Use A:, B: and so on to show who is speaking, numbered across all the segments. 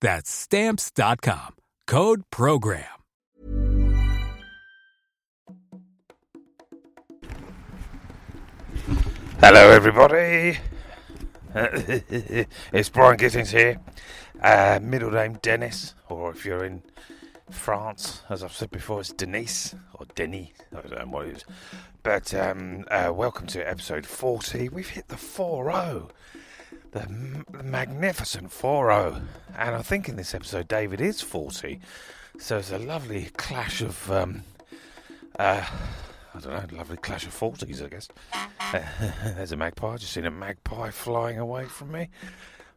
A: That's stamps.com. Code program.
B: Hello, everybody. it's Brian Gittings here. Uh, middle name Dennis, or if you're in France, as I've said before, it's Denise or Denny. I don't know what it is. But um, uh, welcome to episode 40. We've hit the 4 0. The m- magnificent 4 0. And I think in this episode, David is 40. So it's a lovely clash of. Um, uh, I don't know, lovely clash of 40s, I guess. There's a magpie. i just seen a magpie flying away from me,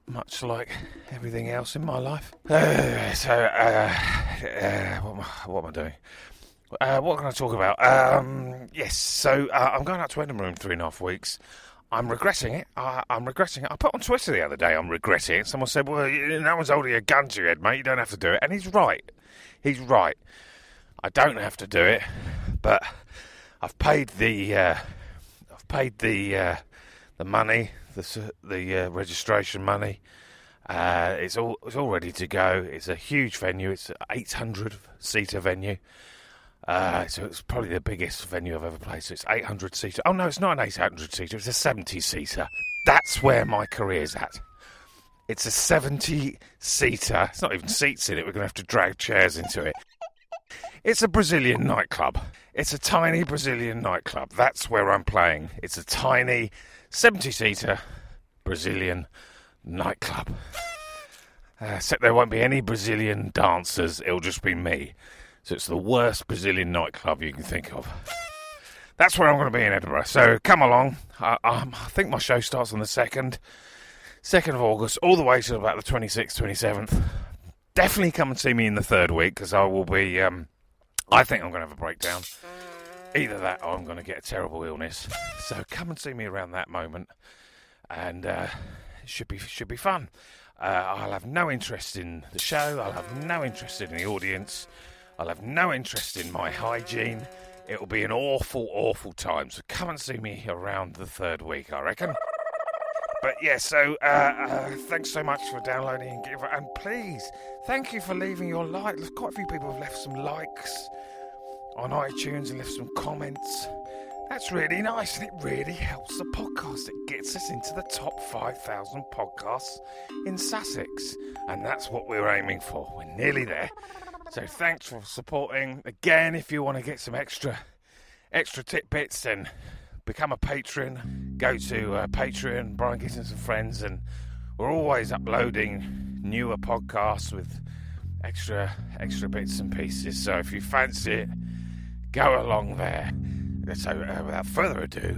B: much like everything else in my life. Uh, so, uh, uh, what, am I, what am I doing? Uh, what can I talk about? Um, yes, so uh, I'm going out to Edinburgh in three and a half weeks. I'm regretting it. I, I'm regretting it. I put on Twitter the other day, I'm regretting it. Someone said, well, you- no one's holding a gun to your head, mate. You don't have to do it. And he's right. He's right. I don't have to do it, but I've paid the uh, I've paid the uh, the money, the s- the uh, registration money. Uh, it's all it's all ready to go. It's a huge venue. It's an 800 seater venue. Uh, so it's probably the biggest venue I've ever played. So it's 800 seater. Oh no, it's not an 800 seater. It's a 70 seater. That's where my career's at. It's a 70 seater. It's not even seats in it. We're going to have to drag chairs into it. It's a Brazilian nightclub. It's a tiny Brazilian nightclub. That's where I'm playing. It's a tiny 70 seater Brazilian nightclub. Uh, except there won't be any Brazilian dancers, it'll just be me. So it's the worst Brazilian nightclub you can think of. That's where I'm going to be in Edinburgh. So come along. I, um, I think my show starts on the 2nd. 2nd of August, all the way to about the 26th, 27th. Definitely come and see me in the third week because I will be. Um, I think I'm going to have a breakdown. Either that or I'm going to get a terrible illness. So come and see me around that moment and uh, it should be should be fun. Uh, I'll have no interest in the show. I'll have no interest in the audience. I'll have no interest in my hygiene. It'll be an awful, awful time. So come and see me around the third week, I reckon. But yeah, so uh, uh, thanks so much for downloading and giving, and please thank you for leaving your like. There's quite a few people have left some likes on iTunes and left some comments. That's really nice, and it really helps the podcast. It gets us into the top 5,000 podcasts in Sussex, and that's what we're aiming for. We're nearly there. So thanks for supporting. Again, if you want to get some extra extra tidbits, then become a patron. Go to uh, Patreon, Brian Gittins and Friends, and we're always uploading newer podcasts with extra extra bits and pieces. So if you fancy it, go along there. So, uh, without further ado,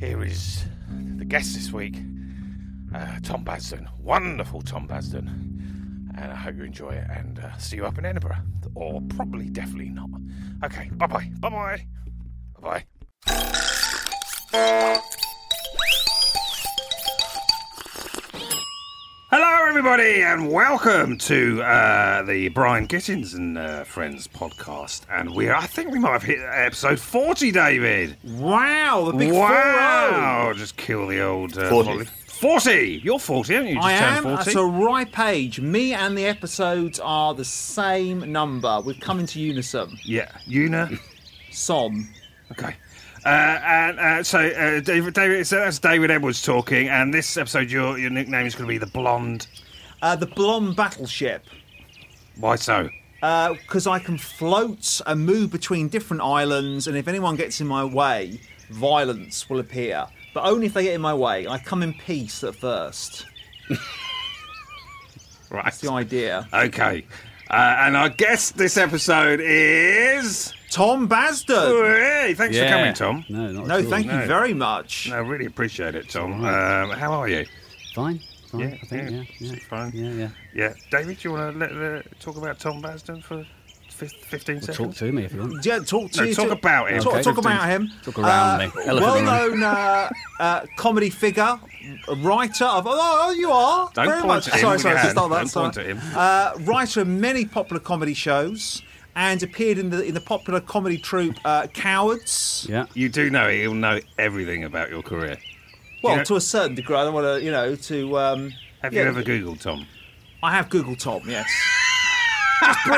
B: here is the guest this week, uh, Tom Basden. Wonderful Tom Basden. And I hope you enjoy it and uh, see you up in Edinburgh. Or probably, definitely not. Okay, bye bye. Bye bye. Bye bye.
C: Hello,
B: everybody, and welcome to uh, the Brian Gittins and uh, Friends podcast. And we, I think we might have hit episode forty, David.
D: Wow, the big
B: wow! Just kill the old uh,
A: 40.
B: Holly- Forty. You're forty, aren't you? You
D: 4
B: Just
D: I
B: turned
D: am.
B: forty.
D: That's a right page. Me and the episodes are the same number. We've come into unison.
B: Yeah, Una.
D: Som.
B: Okay. Uh, and uh, so, uh, David, David, so that's David Edwards talking. And this episode, your your nickname is going to be the Blonde.
D: Uh, the blonde battleship.
B: Why so?
D: Because I can float and move between different islands, and if anyone gets in my way, violence will appear. But only if they get in my way. I come in peace at first.
B: Right.
D: That's the idea.
B: Okay. Uh, and I guess this episode is. Oh,
D: Tom Basden.
B: Hey, thanks for coming, Tom.
A: No, not
D: No,
A: at all.
D: thank you
B: No.
D: very much.
B: I really appreciate it, Tom.
A: Right.
B: Um, how are you?
A: Fine, fine.
B: Yeah,
A: I think,
B: yeah,
A: yeah, yeah,
B: it's fine.
A: Yeah, yeah.
B: Yeah, David, do you want to let, uh, talk about Tom Basden for fif- fifteen
A: Well,
B: seconds?
A: talk to me if you want.
D: Yeah, talk to
B: No,
D: you.
B: talk about him.
D: Talk,
A: Okay.
D: talk about him.
A: Talk around me. Elephant
D: Well-known uh, uh, comedy figure, writer of. Oh, you are.
B: Don't
D: Very
B: point
D: much.
B: at him
D: sorry,
B: with
D: sorry,
B: your
D: just
B: hand.
D: on that.
B: Don't
D: sorry.
B: point at him.
D: Uh, writer of many popular comedy shows, and appeared in the in the popular comedy troupe uh, Cowards.
A: Yeah.
B: You do know he'll know everything about your career.
D: Well,
B: Yeah.
D: to a certain degree, I don't want to, you know, to. Um,
B: Have
D: yeah,
B: you ever googled Tom?
D: I have Google Tom. Yes.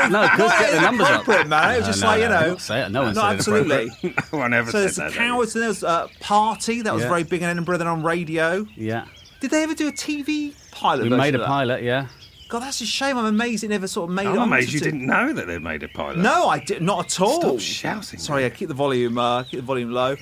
A: No, good. Get the numbers up.
D: Appropriate, man. It was
A: No,
D: just
A: no,
D: like you
A: no,
D: know.
A: don't say it. No one
D: no,
A: said it
D: absolutely.
A: appropriate.
B: no one ever
D: So
B: said
D: there's the
B: that. David.
D: cowards, and there was uh, party that was
A: Yeah.
D: very big in Edinburgh. Then on radio,
A: Yeah.
D: did they ever do a TV pilot?
A: We
D: version
A: made
D: of
A: a
D: that?
A: pilot, yeah.
D: God, that's a shame. I'm amazed it never sort of made. it
B: I'm
D: onto
B: amazed you
D: t-
B: didn't know that they'd made a pilot.
D: No, I did not at all.
B: Stop shouting.
D: Sorry, I keep the volume. Uh, keep the volume low.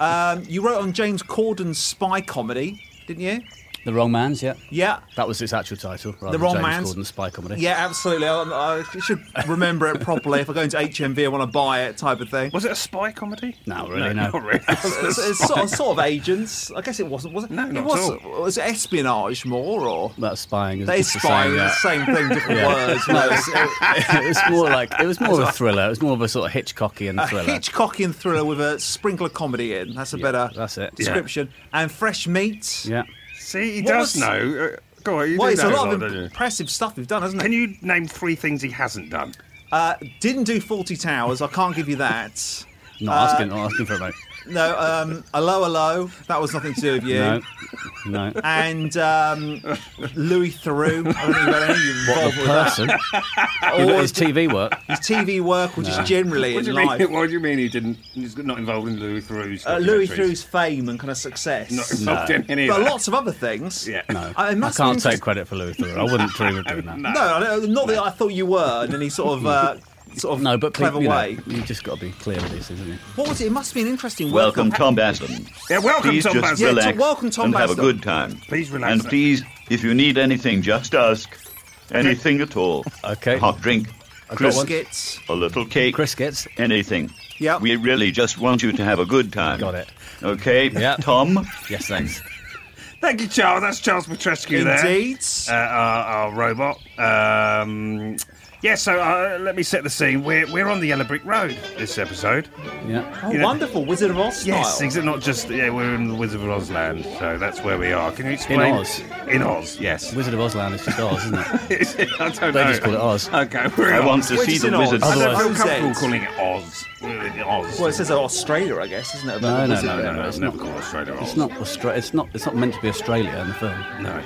D: Um, you wrote on James Corden's spy comedy, didn't you?
A: The Wrong Man's, yeah.
D: Yeah.
A: That was its actual title. Rather
D: Wrong
A: than James
D: Man's.
A: Corden's spy comedy.
D: Yeah, absolutely. I, I should remember it properly if I go into HMV. I want to buy it, type of thing.
B: Was it a spy comedy?
A: No, really, no.
B: Not really.
D: It's, it's sort, of, sort of agents. I guess it wasn't. Was it?
B: No,
D: it
B: not at
D: was, Was it espionage more or?
A: That's spying.
D: They
A: it's the
D: spying
A: same,
D: the
A: yeah.
D: same thing, different
A: Yeah.
D: words. No, it's,
A: it was more like it was more of a thriller. It was more of a sort of Hitchcockian
D: a
A: thriller.
D: Hitchcockian thriller with a sprinkle of comedy in. That's a better
A: that's it. Yeah.
D: description. And fresh meat.
A: yeah.
B: See, he
D: What
B: does
D: was-
B: know. Uh, Go on, you
D: Well,
B: do
D: it's a
B: know
D: lot of
B: don't you?
D: impressive stuff we've done, hasn't it?
B: Can you name three things he hasn't done?
D: uh, didn't do Forty Towers. I can't give you that.
A: Not
D: Uh,
A: asking, not asking for it, mate.
D: No, um, hello, hello. That was nothing to do with you.
A: No, no.
D: And um, Louis Theroux. I don't think you've got anything involved with that.
A: Person,
D: Or
A: his TV work.
D: his TV work, or just generally
B: What do
D: in
B: you
D: life.
B: mean? What do you mean he didn't? He's not involved in Louis Theroux's.
D: Uh, Louis
B: documentaries?
D: Theroux's fame and kind of success.
B: Not involved in any of
D: but
B: that.
D: lots of other things.
B: Yeah.
A: No,
D: I-
A: I,
D: it must have
A: can't
D: been-
A: take credit for Louis Theroux. I wouldn't dream of doing that. No,
D: No, I don't- not that I thought you were in any sort of uh, sort of
A: but people,
D: clever
A: you know,
D: way.
A: you just got to be clear with these things, isn't you?
D: What was it? It must be an interesting
E: Welcome,
D: work
E: Tom Basden.
B: Yeah, welcome,
E: please
B: Tom
E: just
B: Basden.
D: Yeah,
E: relax
D: Tom- welcome, Tom
E: and have a
D: Basden.
E: good time.
B: Please relax
E: And
B: then.
E: please, if you need anything, just ask. Anything at all.
A: Okay.
E: A hot drink,
A: got
E: crisp,
A: one.
D: skits.
E: a little cake,
A: Criskets.
E: anything.
D: Yeah.
E: We really just want you to have a good time.
A: Got it.
E: Okay,
A: Yeah.
E: Tom.
A: Yes, thanks.
B: Thank you, Charles. That's Charles Petrescu there.
D: Indeed.
B: Uh, our, our robot. Um, yeah, so uh, let me set the scene. We're, we're on the Yellow Brick Road this episode.
A: Yeah.
D: oh,
B: you know-
D: wonderful Wizard of Oz style.
B: Yes, is it not just? Yeah, we're in the Wizard of Oz land, so that's where we are. Can you explain?
A: Oz.
B: In Oz, yes.
A: Wizard of Oz land is just Oz, isn't it?
B: I don't
A: They
B: know.
A: just call it Oz.
B: Okay, we're in
E: I want
B: Oz.
E: to
D: We're
E: see
D: just
E: the
D: in Oz.
E: wizard.
B: I don't feel
D: Otherwise-
B: comfortable
D: Oz.
B: calling it Oz. We're in Oz.
D: Well, it says Australia, I guess, isn't it? About
A: No,
D: the
A: no,
D: wizard
B: no, no,
D: there.
B: no, it's
A: not-
B: never called Australia Oz.
A: It's not Austra- It's not. It's not meant to be Australia in the film.
B: No.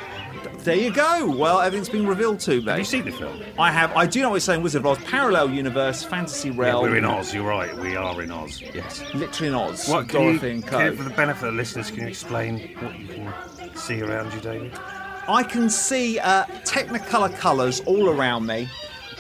D: There you go. Well, everything's been revealed to me.
B: Have you seen the film?
D: I have. I do know what you're saying. Wizard of Oz, parallel universe, fantasy
B: Yeah,
D: realm.
B: we're in Oz. You're right. We are in Oz. Yes.
D: Literally in Oz.
B: What can
D: Dorothy
B: you,
D: and
B: can, you-
D: Co.
B: for the benefit of the listeners, can you explain what you can see around you, David?
D: I can see uh, Technicolor colours all around me.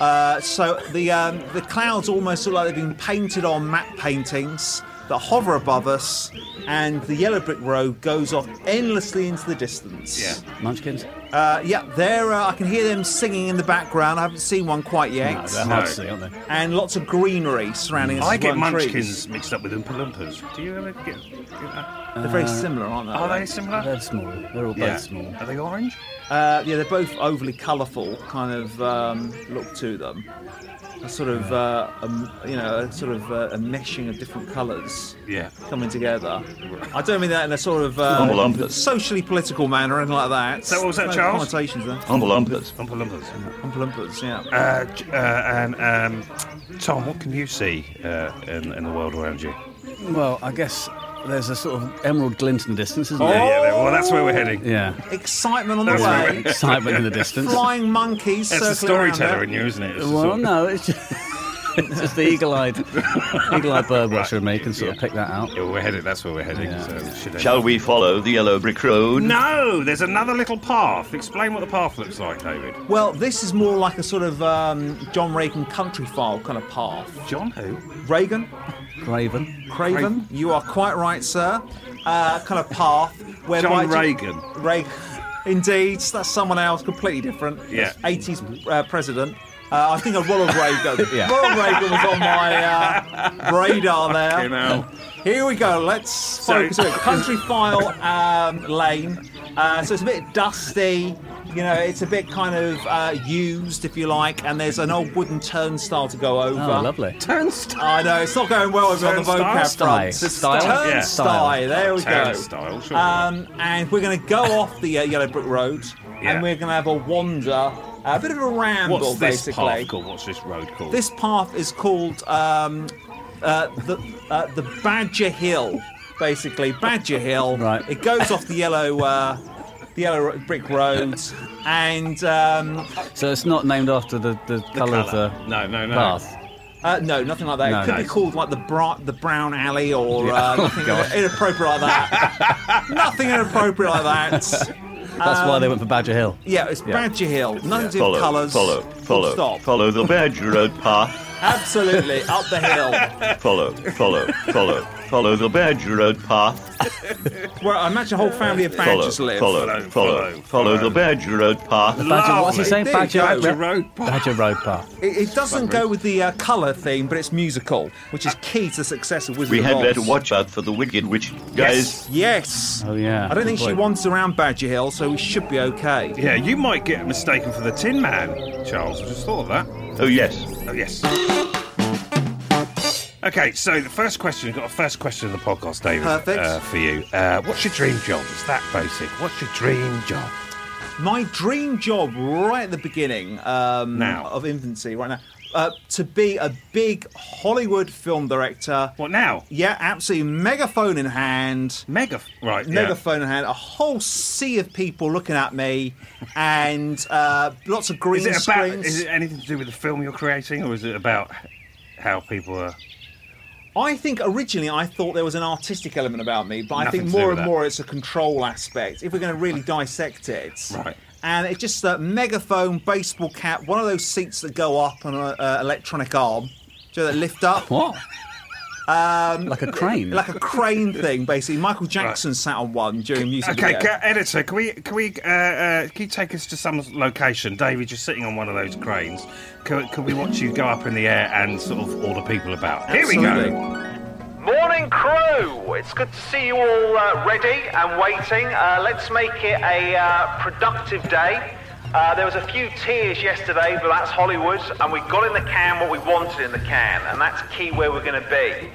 D: Uh, so the um, the clouds almost look like they've been painted on matte paintings that hover above us, and the yellow brick road goes off endlessly into the distance.
A: Munchkins.
D: Uh, yeah. There, uh, I can hear them singing in the background. I haven't seen one quite yet.
A: No, they're hard
B: No.
A: to see, aren't they?
D: and lots of greenery surrounding us.
B: I
D: as
B: get
D: well, and
B: munchkins
D: trees.
B: mixed up with Oompa Loompas. Do you ever get. get that?
D: They're very similar, aren't they?
B: Uh, are they similar?
A: They're small. They're all both
B: Yeah.
A: small.
B: Are they orange?
D: Uh, yeah, they're both overly colourful kind of um, look to them. a sort of uh, um, you know a sort of uh, a meshing of different colours
B: Yeah.
D: coming together. I don't mean that in a sort of
E: Humble
D: uh,
E: umpers.
D: socially political manner or anything like that.
B: So what was that,
D: No
B: Charles?
D: Connotations there.
E: Humble umpers.
B: Humble Lumpers.
D: Humble umpers, yeah.
B: Uh, J- uh, and um, Tom, what can you see uh, in, in the world around you?
A: Well, I guess there's a sort of emerald glint in the distance, isn't
B: Yeah,
A: there?
B: yeah, well, that's where we're heading.
A: Yeah.
D: Excitement on the
B: That's
D: Oh! way.
B: right.
A: Excitement in the distance.
D: Flying monkeys
B: That's the
D: circling around
B: storyteller
D: it.
B: in you, isn't it? It's the
A: Well,
B: sort of-
A: no, it's just, it's just the eagle-eyed, eagle-eyed bird watcher in me can sort of pick that out.
B: Yeah, we're headed. That's where we're heading.
A: Yeah.
B: So we should
E: Shall we follow the yellow brick road?
B: No, there's another little path. Explain what the path looks like, David.
D: Well, this is more like a sort of um, John Reagan country file kind of path.
B: John, who?
D: Reagan,
A: Graven.
D: Craven, you are quite right, sir. Uh, kind of path where
B: John Reagan.
D: Reagan, indeed, that's someone else, completely different.
B: Yeah.
D: eighties uh, president. Uh, I think a Ronald Reagan.
A: Yeah.
D: Ronald Reagan was on my uh, radar there.
B: hell.
D: Here we go. Let's
B: So-
D: focus on it. Country File um, Lane. Uh, so it's a bit dusty. You know, it's a bit kind of uh, used, if you like, and there's an old wooden turnstile to go over.
A: Oh, lovely.
B: Turnstile.
D: I know it's not going well over on the
B: Turnstile?
D: vocab
A: Sty.
D: front.
A: Style?
B: Yeah.
D: Turnstile. There we go.
B: Turnstile. Sure.
D: Um, and we're going to go off the uh, yellow brick road,
B: Yeah.
D: and we're going to have a wander, a bit of a ramble,
B: What's this
D: basically.
B: path called? What's this road called?
D: This path is called um, uh, the uh, the Badger Hill, basically Badger Hill.
A: Right.
D: It goes off the yellow uh, the yellow brick road, and um,
A: So it's not named after the, the, colour of the
B: No, no, no.
A: path.
D: uh, no, nothing like that.
A: No,
D: it could
A: no.
D: be called like the bra- the Brown Alley or
E: Oh,
D: uh, nothing inappropriate like that. nothing inappropriate like that.
A: That's why they went for Badger Hill.
D: Yeah, it's Badger Hill. Nothing to do
E: Follow,
D: with colours.
E: follow,
D: Full
E: follow,
D: Stop.
E: follow the badger road path.
D: Absolutely up the hill.
E: Follow, follow, follow, follow the badger road path.
D: Where I imagine a whole family of
E: Follow, follow,
D: badgers live.
E: follow,
B: follow,
E: follow, the badger road path.
A: Badger, what's he
B: Lovely.
A: saying?
D: There you
A: Badger,
D: go.
A: Badger
B: Road path.
A: Badger Road Path.
D: It, it doesn't go with the uh, colour theme, but it's musical, which is key to the success of Wizard
E: We
D: of
E: had
D: Oz.
E: better watch out for the wicked witch, guys.
D: Yes.
A: Oh, yeah.
D: I don't
A: Good
D: think she
A: point.
D: wanders around Badger Hill, so we should be okay.
B: Yeah, you might get mistaken for the Tin Man, Charles. I just thought of that.
E: Oh yes.
B: Oh, yes. Okay, so the first question, we've got a first question of the podcast, David.
D: Perfect.
B: Uh, for you. Uh, what's your dream job? It's that basic. What's your dream job?
D: My dream job right at the beginning um,
B: Now.
D: of infancy, right now, uh, to be a big Hollywood film director.
B: What now?
D: Yeah, absolutely. Megaphone in hand.
B: Mega. Right. yeah.
D: Megaphone in hand, a whole sea of people looking at me, and uh, lots of green
B: Is it about?
D: screens.
B: Is it anything to do with the film you're creating, or is it about how people are?
D: I think originally I thought there was an artistic element about me, but I
B: Nothing
D: think
B: to do
D: more
B: with
D: and
B: that.
D: more it's a control aspect. If we're going to really dissect it,
B: Right.
D: And it's just a megaphone, baseball cap, one of those seats that go up on an uh, electronic arm, so that lift up
A: What? Um, like a crane.
D: like a crane thing, basically. Michael Jackson sat on one during music.
B: Okay,
D: video.
B: ca- editor, can we can we uh, uh, can you take us to some location? David, you're sitting on one of those cranes. Can, can we watch you go up in the air and sort of order people about? Here we
D: Absolutely.
B: go.
F: Morning, crew. It's good to see you all uh, ready and waiting. Uh, let's make it a uh, productive day. Uh, there was a few tears yesterday, but that's Hollywood, and we got in the can what we wanted in the can, and that's key where we're going to be.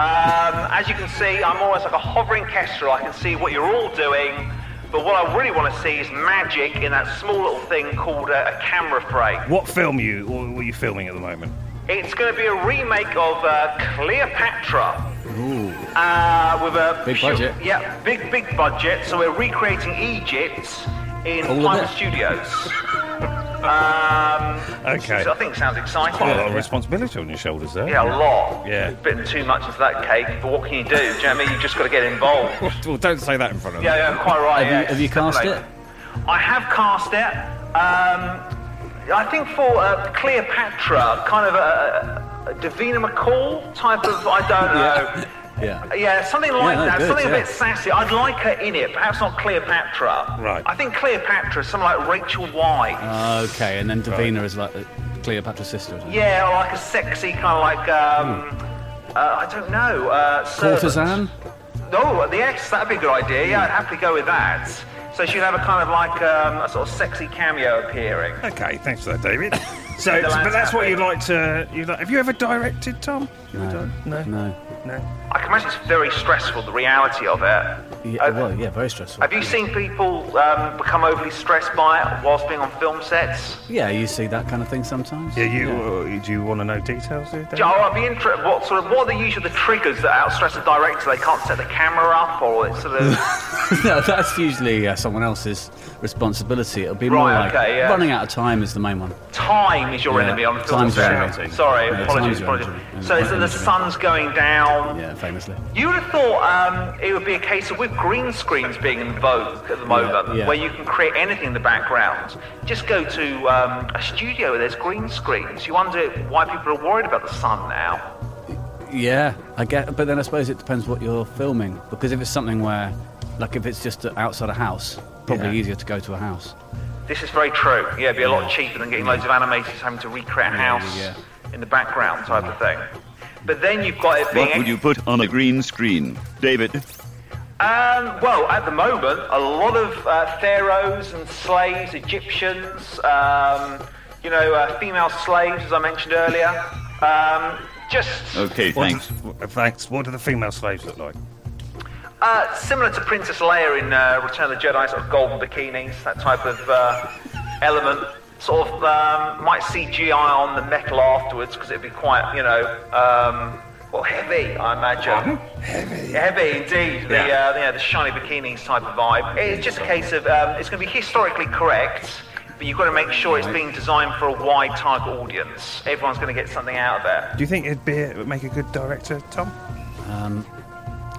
F: Um, as you can see, I'm almost like a hovering kestrel. I can see what you're all doing, but what I really want to see is magic in that small little thing called a, a camera frame.
B: What film you what are you filming at the moment?
F: It's going to be a remake of uh, Cleopatra. Uh, with a
A: Big budget.
F: Yeah, big big budget. So we're recreating Egypt in
A: All of
F: Piper
A: it.
F: Studios. um,
B: Okay.
F: so I think it sounds exciting.
B: Quite a lot of responsibility on your shoulders there.
F: yeah, a lot.
B: Yeah.
F: bit too much of that cake. But what can you do? Do you know what I mean? You just got to get involved.
B: Well, don't say that in front of
F: Yeah, yeah, quite right.
A: Have you-
F: yeah,
A: have you cast it?
F: definitely. I have cast it. Um, I think for uh, Cleopatra, kind of a, a Davina McCall type of, I don't know.
A: Yeah.
F: Yeah, something like
A: no,
F: that.
A: good,
F: something
A: yeah.
F: a bit sassy. I'd like her in it, perhaps not Cleopatra.
B: Right.
F: I think Cleopatra is someone like Rachel White.
A: Uh. Okay, and then Davina is like the- Cleopatra's sister. Isn't it?
F: yeah, or like a sexy kind of like. Um, uh, I don't know. Uh, servant.
A: Hmm. Courtesan?
F: Oh, the X, that'd be a good idea. Yeah, I'd happily go with that. So she'd have a kind of like um, a sort of sexy cameo appearing.
B: Okay, thanks for that, David. So,
F: The
B: but
F: land's
B: that's what
F: happy.
B: you'd like to. You'd like, have you ever directed, Tom? You
A: No.
B: don't? No.
A: No.
B: No.
F: I can imagine it's very stressful, the reality of it.
A: Yeah,
F: Uh,
A: well, yeah, very stressful.
F: Have you seen people um, become overly stressed by it whilst being on film sets?
A: Yeah, you see that kind of thing sometimes.
B: Yeah, you. Uh, do you want to know details? There,
F: Joe, I'd be interested. What sort of what are the usually the triggers that outstress a director? They can't set the camera up, or it's sort of
A: no, that's usually uh, someone else's responsibility. It'll be more
F: Right,
A: like
F: okay, yeah.
A: running out of time is the main one.
F: time is your
A: Yeah,
F: enemy on film
A: time's your
F: set.
A: enemy.
F: Sorry,
A: Yeah, time's
F: apologies,
A: your
F: apologies.
A: enemy.
F: So it's that the sun's going down.
A: Yeah, famously.
F: You would have thought um, it would be a case of with green screens being in vogue at the moment,
A: yeah.
F: where you can create anything in the background. Just go to um, a studio where there's green screens. You wonder why people are worried about the sun now.
A: Yeah, I get. But then I suppose it depends what you're filming because if it's something where, like, if it's just outside a house, probably
B: Yeah.
A: easier to go to a house.
F: This is very true. Yeah, it'd be a lot cheaper than getting loads of animators having to recreate a
A: Yeah,
F: house
A: yeah.
F: in the background type of thing. But then you've got it being.
E: What would you put on a green screen, David?
F: Um, well, at the moment, a lot of uh, pharaohs and slaves, Egyptians, um, you know, uh, female slaves, as I mentioned earlier. Um, just
E: Okay,
B: What
E: thanks.
B: do- w- thanks. What do the female slaves look like?
F: uh, similar to Princess Leia in uh, Return of the Jedi, sort of golden bikinis, that type of uh, element. Sort of um, might CGI on the metal afterwards because it'd be quite, you know, um, well, heavy, I imagine. Heavy. Heavy, indeed. The, uh, yeah, the shiny bikinis type of vibe. It's just a case of um, it's going to be historically correct, but you've got to make sure it's being designed for a wide target audience. Everyone's going to get something out of it.
B: Do you think it'd be make a good director, Tom?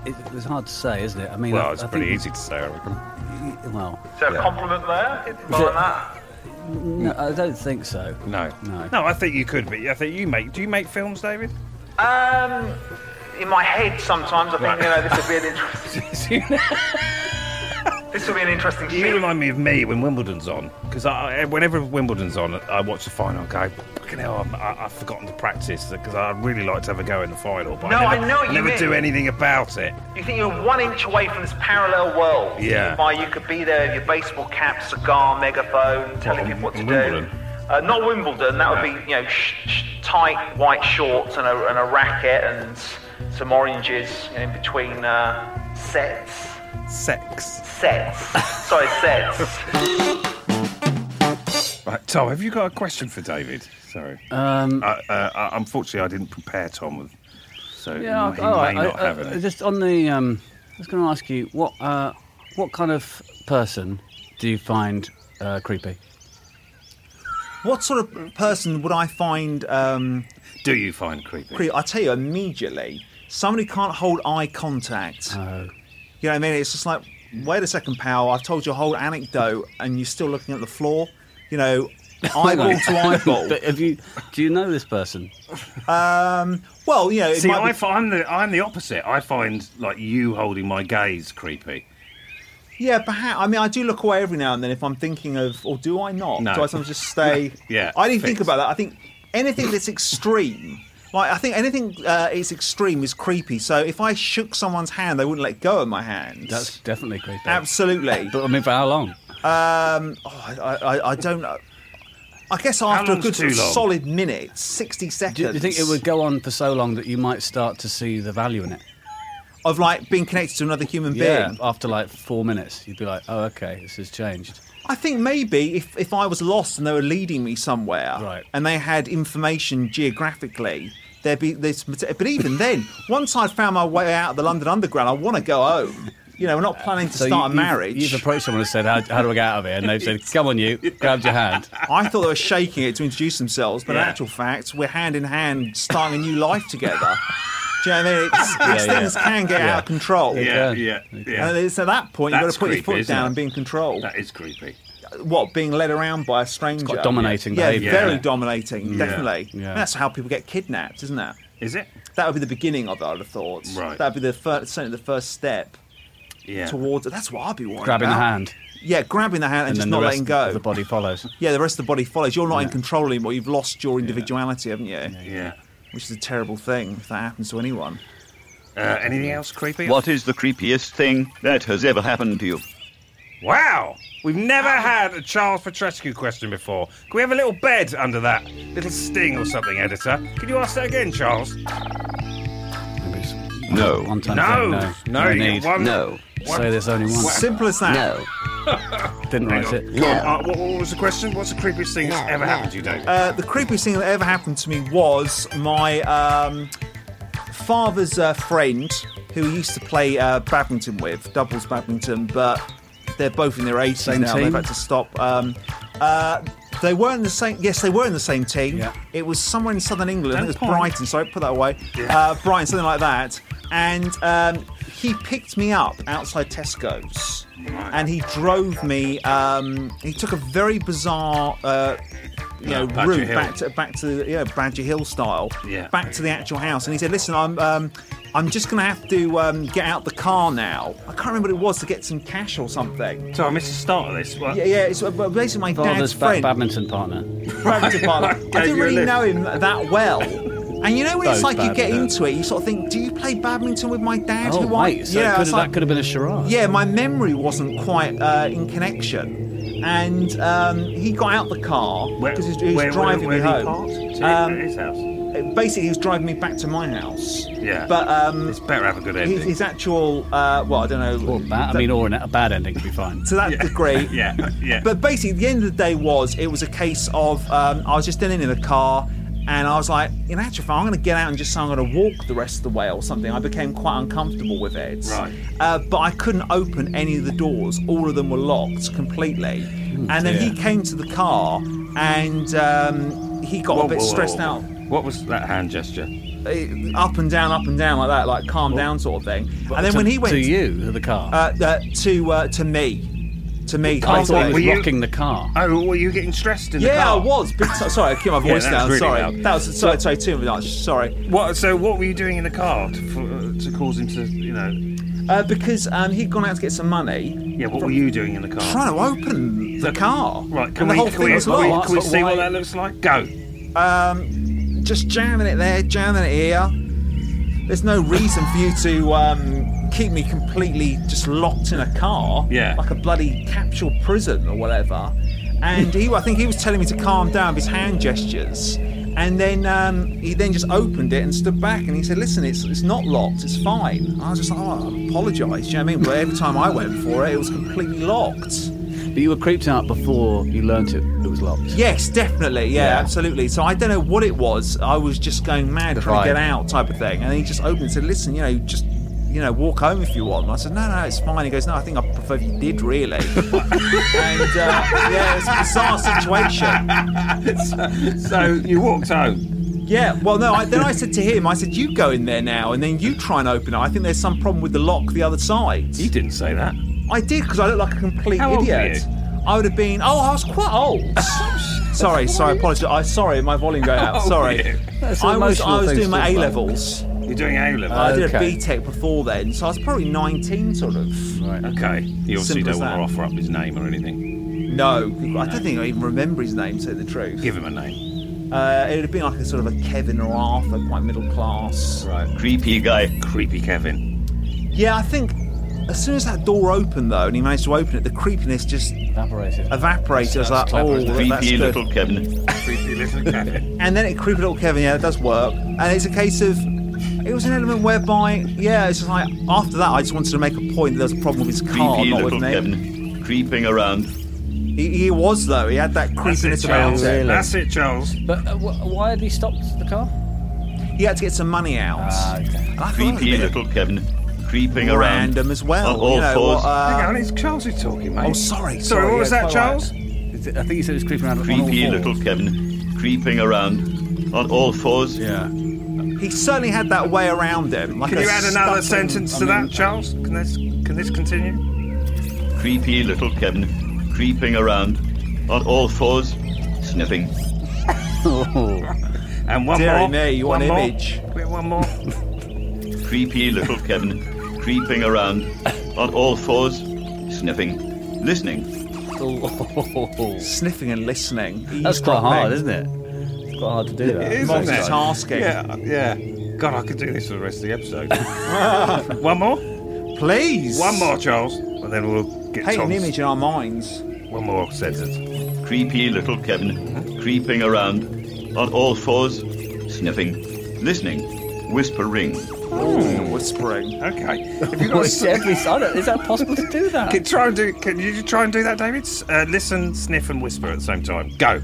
A: It, it's hard to say, isn't it? I mean, I, I think-
B: to say, I reckon.
A: Well,
F: Is there a compliment there? More than that?
A: no, I don't think so.
B: No.
A: No.
B: I think you could be. I think you make. Do you make films, David?
F: Um, in my head sometimes I think you know this would be an interesting. this would be an interesting.
B: You
F: feat.
B: remind me of me when Wimbledon's on, because I, I- whenever Wimbledon's on, I watch the final. and Go, fucking hell, I'm, I, I've forgotten to practice because I would really like to have a go in the final, but
F: No,
B: I
F: I
B: never,
F: know what you
B: never
F: mean.
B: do anything about it.
F: You think you're one inch away from this parallel world?
B: Yeah.
F: Why you could be there with your baseball cap, cigar, megaphone, telling
B: on
F: people what to
B: Wimbledon?
F: do. Uh, not Wimbledon. That would be you know sh- sh- tight white shorts and a, and a racket and some oranges in between uh, sets.
B: Sex.
F: Sets. Sorry, sets.
B: Right, Tom, have you got a question for David? Sorry.
A: Um,
B: uh, uh, uh, unfortunately, I didn't prepare Tom with. So
A: yeah,
B: he
A: I, all right,
B: may not
A: I,
B: have
A: I-
B: any.
A: just on the, um, I was going to ask you what, uh, what kind of person do you find uh, creepy?
D: What sort of person would I find? Um,
B: Do you find creepy?
D: creep? I tell you immediately. Somebody can't hold eye contact.
A: Oh,
D: You know what I mean? It's just like, wait a second, pal. I've told you a whole anecdote, and you're still looking at the floor. You know, eyeball to eyeball.
A: but have you? Do you know this person?
D: Well, you know, it
B: See,
D: might
B: I
D: be,
B: find the I'm the opposite. I find like you holding my gaze creepy.
D: yeah, perhaps. I mean, I do look away every now and then if I'm thinking of, or do I not?
B: No.
D: Do I sometimes just stay?
B: Yeah,
D: I didn't think
B: fixed.
D: about that. I think anything that's extreme, like I think anything uh, is extreme is creepy. So if I shook someone's hand, they wouldn't let go of my hand.
A: That's definitely creepy.
D: absolutely.
A: But I mean, for how long?
D: Um, oh, I, I, I don't know. I guess after a
B: long's
D: good
B: too long?
D: solid minute, sixty seconds.
A: Do you, do you think it would go on for so long that you might start to see the value in it?
D: of like being connected to another human being?
A: After like four minutes, you'd be like, oh, okay, this has changed.
D: I think maybe if, if I was lost and they were leading me somewhere,
A: Right.
D: and they had information geographically, there'd be this. But even then, once I'd found my way out of the London Underground, I want to go home. You know, we're not planning to start a
A: you- you've-
D: marriage.
A: You've, approached someone and said, how, how do I get out of here? And they've said, come on, you, grabbed your hand.
D: I thought they were shaking it to introduce themselves, but in
B: Yeah.
D: actual fact, we're hand in hand starting a new life together. Do you know what I mean? It's, it's
A: yeah.
D: things can get out of control.
B: Yeah,
A: can.
B: yeah, yeah.
D: And it's at that point, you've got
B: That's
D: to put
B: creepy,
D: your foot
B: isn't
D: down
B: it?
D: and be in control.
B: That is creepy.
D: what, being led around by a stranger?
A: quite dominating
D: Yeah,
A: behaviour,
D: very
A: isn't it?
D: dominating, definitely.
A: Yeah.
D: That's how people get kidnapped, isn't it?
B: Is it?
D: That would be the beginning of it, I would have thought.
B: Right.
D: That would be the first, certainly the first step
B: Yeah.
D: towards it. That's what I'd be wanting.
A: Grabbing the hand.
D: Yeah, grabbing the hand and,
A: And
D: just
A: then
D: not
A: the rest
D: letting go.
A: of the body follows.
D: Yeah, the rest of the body follows. You're not in control anymore. You've lost your individuality, haven't you?
B: yeah.
D: which is a terrible thing if that happens to anyone.
B: Uh, anything else creepy?
E: What is the creepiest thing that has ever happened to you?
B: Wow. We've never had a Charles Petrescu question before. Can we have a little bed under that? Little sting or something, editor? Can you ask that again, Charles?
E: No.
A: One time
B: No.
A: thing,
B: No,
A: no,
B: you
A: need.
B: get one-
G: No.
B: What?
A: Say there's only one.
D: Simple as that.
G: No.
A: Didn't
B: Hang
A: write
B: on.
A: it.
B: Go on, uh, what, what was the question? What's the creepiest thing that's
G: No,
B: ever
G: no,
B: happened to you, David?
D: Uh, the creepiest thing that ever happened to me was my um, father's uh, friend who he used to play uh, badminton with, doubles badminton, but they're both in their 80s
A: Same
D: now. They've
A: team?
D: had to stop. Um, uh, they were in the same. Yes, they were in the same team.
A: Yeah.
D: It was somewhere in southern England.
B: Don't
D: it was
B: point.
D: Brighton. Sorry, put that away. Uh, Brighton, something like that. And um, he picked me up outside Tesco's, and he drove me. Um, he took a very bizarre uh, you know,
B: Badger
D: route
B: Hill.
D: back to back to the yeah, Badger Hill style,
B: Yeah.
D: back to the actual house. And he said, "Listen, I'm um, I'm just going to have to um, get out the car now. I can't remember what it was to get some cash or something."
B: Sorry, I missed the start of this. What?
D: Yeah, yeah. It's uh, basically my dad's
A: Father's ba-
D: friend.
A: badminton partner.
D: Badminton partner.
B: Gave
D: I didn't
B: you a
D: really
B: lift.
D: know him that well. And you know when it's
A: Those
D: like you get
A: badminton.
D: into it, you sort of think, "Do you play badminton with my dad?"
A: Oh,
D: who I-"
A: wait. So it
D: I
A: could
D: was
A: have,
D: like-
A: that could have been a charade.
D: yeah, my memory wasn't quite uh, in connection, and um, he got out the car because he was, he was
B: where-
D: driving
B: where,
D: me
B: where
D: home.
B: He parked? To
D: Um,
B: his house.
D: basically he was driving me back to my house.
B: Yeah.
D: But um,
B: It's better have a good ending.
D: his, his actual, uh, well, I don't know.
A: Or bad. I mean, or an, a bad ending would be fine.
D: to that degree.
B: yeah, yeah.
D: But basically, the end of the day was it was a case of um, I was just standing in a car. And I was like, in actual fact, I'm going to get out and just say I'm going to walk the rest of the way or something. I became quite uncomfortable with it.
B: Right.
D: Uh, but I couldn't open any of the doors. All of them were locked completely. and then
A: dear.
D: he came to the car and um, he got
B: Whoa,
D: a bit
B: whoa, whoa,
D: stressed
B: whoa.
D: out.
B: What was that hand gesture?
D: uh, up and down, up and down like that, like calm down sort of thing. And then
A: to,
D: when he went
A: to you, to the car.
D: uh, uh, to uh, to me, to me,
A: I
D: I
A: thought he
D: thought,
B: were
A: was
B: you-
A: rocking the car.
B: Oh, were you getting stressed in the
D: yeah,
B: car?
D: I was. Big so- sorry, I keep my
B: Yeah,
D: voice
B: that's
D: down.
B: really
D: sorry,
B: loud.
D: that was sorry, sorry too much. Sorry,
B: What? So, what were you doing in the car to, for, uh, to cause him to, you know?
D: uh, because um, he'd gone out to get some money,
B: Yeah. What were you doing in the car?
D: trying to open the car.
B: Right.
D: and
B: Can
D: the
B: we,
D: whole
B: can
D: thing
B: we,
D: was
B: can we-
D: locked.
B: can we
A: But
B: see
A: why-
B: what that looks like? Go.
D: Just jamming it there, jamming it here. There's no reason for you to um, keep me completely just locked in a car,
B: Yeah.
D: like a bloody capsule prison or whatever. And he, I think he was telling me to calm down with his hand gestures. And then um, he then just opened it and stood back and he said, "Listen, it's it's not locked. It's fine." And I was just like, "Oh, I apologise." Do you know what I mean? But every time I went for it, it was completely locked.
A: But you were creeped out before you learnt it, it was locked.
D: Yes, definitely. Yeah,
A: Yeah.
D: absolutely. So I don't know what it was. I was just going mad trying to
A: vibe.
D: get out, type of thing. And he just opened and said, "Listen, you know, just." You know, walk home if you want. And I said, no, no, it's fine. He goes, no, I think I prefer if you did, really. and uh, yeah, it's a bizarre situation.
B: so you walked home.
D: Yeah, well, no, I, then I said to him, I said, you go in there now and then you try and open it. I think there's some problem with the lock the other side.
B: You didn't say that.
D: I did because I look like a complete
B: How old were
D: idiot. I would have been. Oh, I was quite old. sorry, sorry, apologies. I sorry, my volume going
B: How
D: out.
B: old were
D: Sorry.
B: you?
A: Oh, That's
D: I
A: an
D: was I
A: emotional
D: was
A: thing
D: doing
A: to
D: my A
A: talk about.
D: levels.
B: You're doing A level.
D: I did a
A: Okay.
D: B Tech before then, so I was probably 19, sort of.
B: okay. You obviously
D: Simple as
B: don't want
D: that.
B: to offer up his name or anything.
D: No, I don't think I even remember his name. To tell you the truth,
B: Give him a name.
D: uh, it would have been like a sort of a Kevin or Arthur, quite middle class.
B: Right.
E: Creepy guy.
B: Creepy Kevin.
D: Yeah, I think as soon as that door opened though, and he managed to open it, the creepiness just
A: Evaporated.
D: evaporated. I was like,
A: clever,
D: oh,
A: isn't it?
D: that's
E: Creepy
D: good.
E: little Kevin.
B: Creepy little Kevin.
D: And then it creeped little Kevin, yeah, it does work. And it's a case of it was an element whereby, yeah, it's just like after that I just wanted to make a point that there was a problem with his car,
E: Creepy
D: not with
E: little
D: me.
E: Kevin. Creeping around.
D: He, he was though, he had that
B: That's it,
D: creepiness about
B: Charles.
D: him.
B: That's it, Charles.
A: But uh, wh- why had he stopped the car?
D: He had to get some money out.
B: Ah,
A: okay.
D: And I thought that was a
E: Creepy
D: bit
E: little Kevin. Creeping around.
D: random as well.
E: On all
D: you know,
E: fours.
D: what, uh,
B: Hang on, it's Charles who's talking, mate.
D: oh, sorry,
B: Sorry,
D: sorry,
B: what was
D: yeah,
B: that,
D: quite right.
B: Charles?
A: Is it- I think he said it was creeping around. on all
E: Creepy
A: fours.
E: little Kevin. Creeping around. On all fours.
A: Yeah.
D: He certainly had that way around him. Like
B: Can
D: a
B: you add another
D: stubborn-
B: sentence to that, Charles? Can this can this continue?
E: Creepy little Kevin. Creeping around. On all fours. Sniffing.
B: And one
D: Dear
B: more.
D: me, you
B: one
D: want
B: more.
D: image.
B: Wait, one more.
E: Creepy little Kevin. Creeping around. On all fours. Sniffing. Listening.
D: Sniffing and listening.
A: That's quite hard,
D: Eavesdropping.
A: isn't it? It's quite hard to do that.
B: Isn't it?
D: Multitasking.
B: Yeah, yeah. God, I could do this for the rest of the episode. one more.
D: Please.
B: One more, Charles, and then we'll get
D: Paint an
B: Tom's-
D: image in our minds.
B: One more sentence.
E: Creepy little Kevin, creeping around on all fours, sniffing, listening, whispering.
D: Whispering.
B: Okay. Have you got a
A: It's every- I don't- Is that possible to do that?
B: Can try and do. Can you try and do that, David? S- Uh, listen, sniff, and whisper at the same time. Go.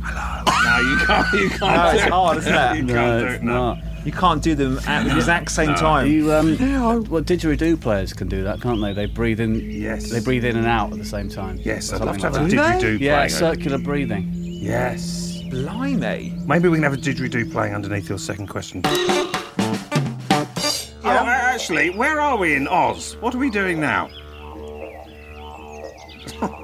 B: Hello. No, you can't. You
D: No,
B: can't.
D: it's
B: do it.
D: hard, isn't it?
B: You
A: no,
B: can't do
A: it's
B: it. No.
A: not.
D: You can't do them at the exact same time.
A: You, um, well, didgeridoo players can do that, can't they? They breathe in.
B: Yes.
A: They breathe in and out at the same time.
B: Yes, I'd
A: Something
B: love to
A: like
B: have a
A: that.
B: didgeridoo
A: Yeah,
B: playing.
A: circular breathing.
B: yes.
D: Blimey.
B: Maybe we can have a didgeridoo playing underneath your second question. Oh, actually, where are we in Oz? What are we doing now?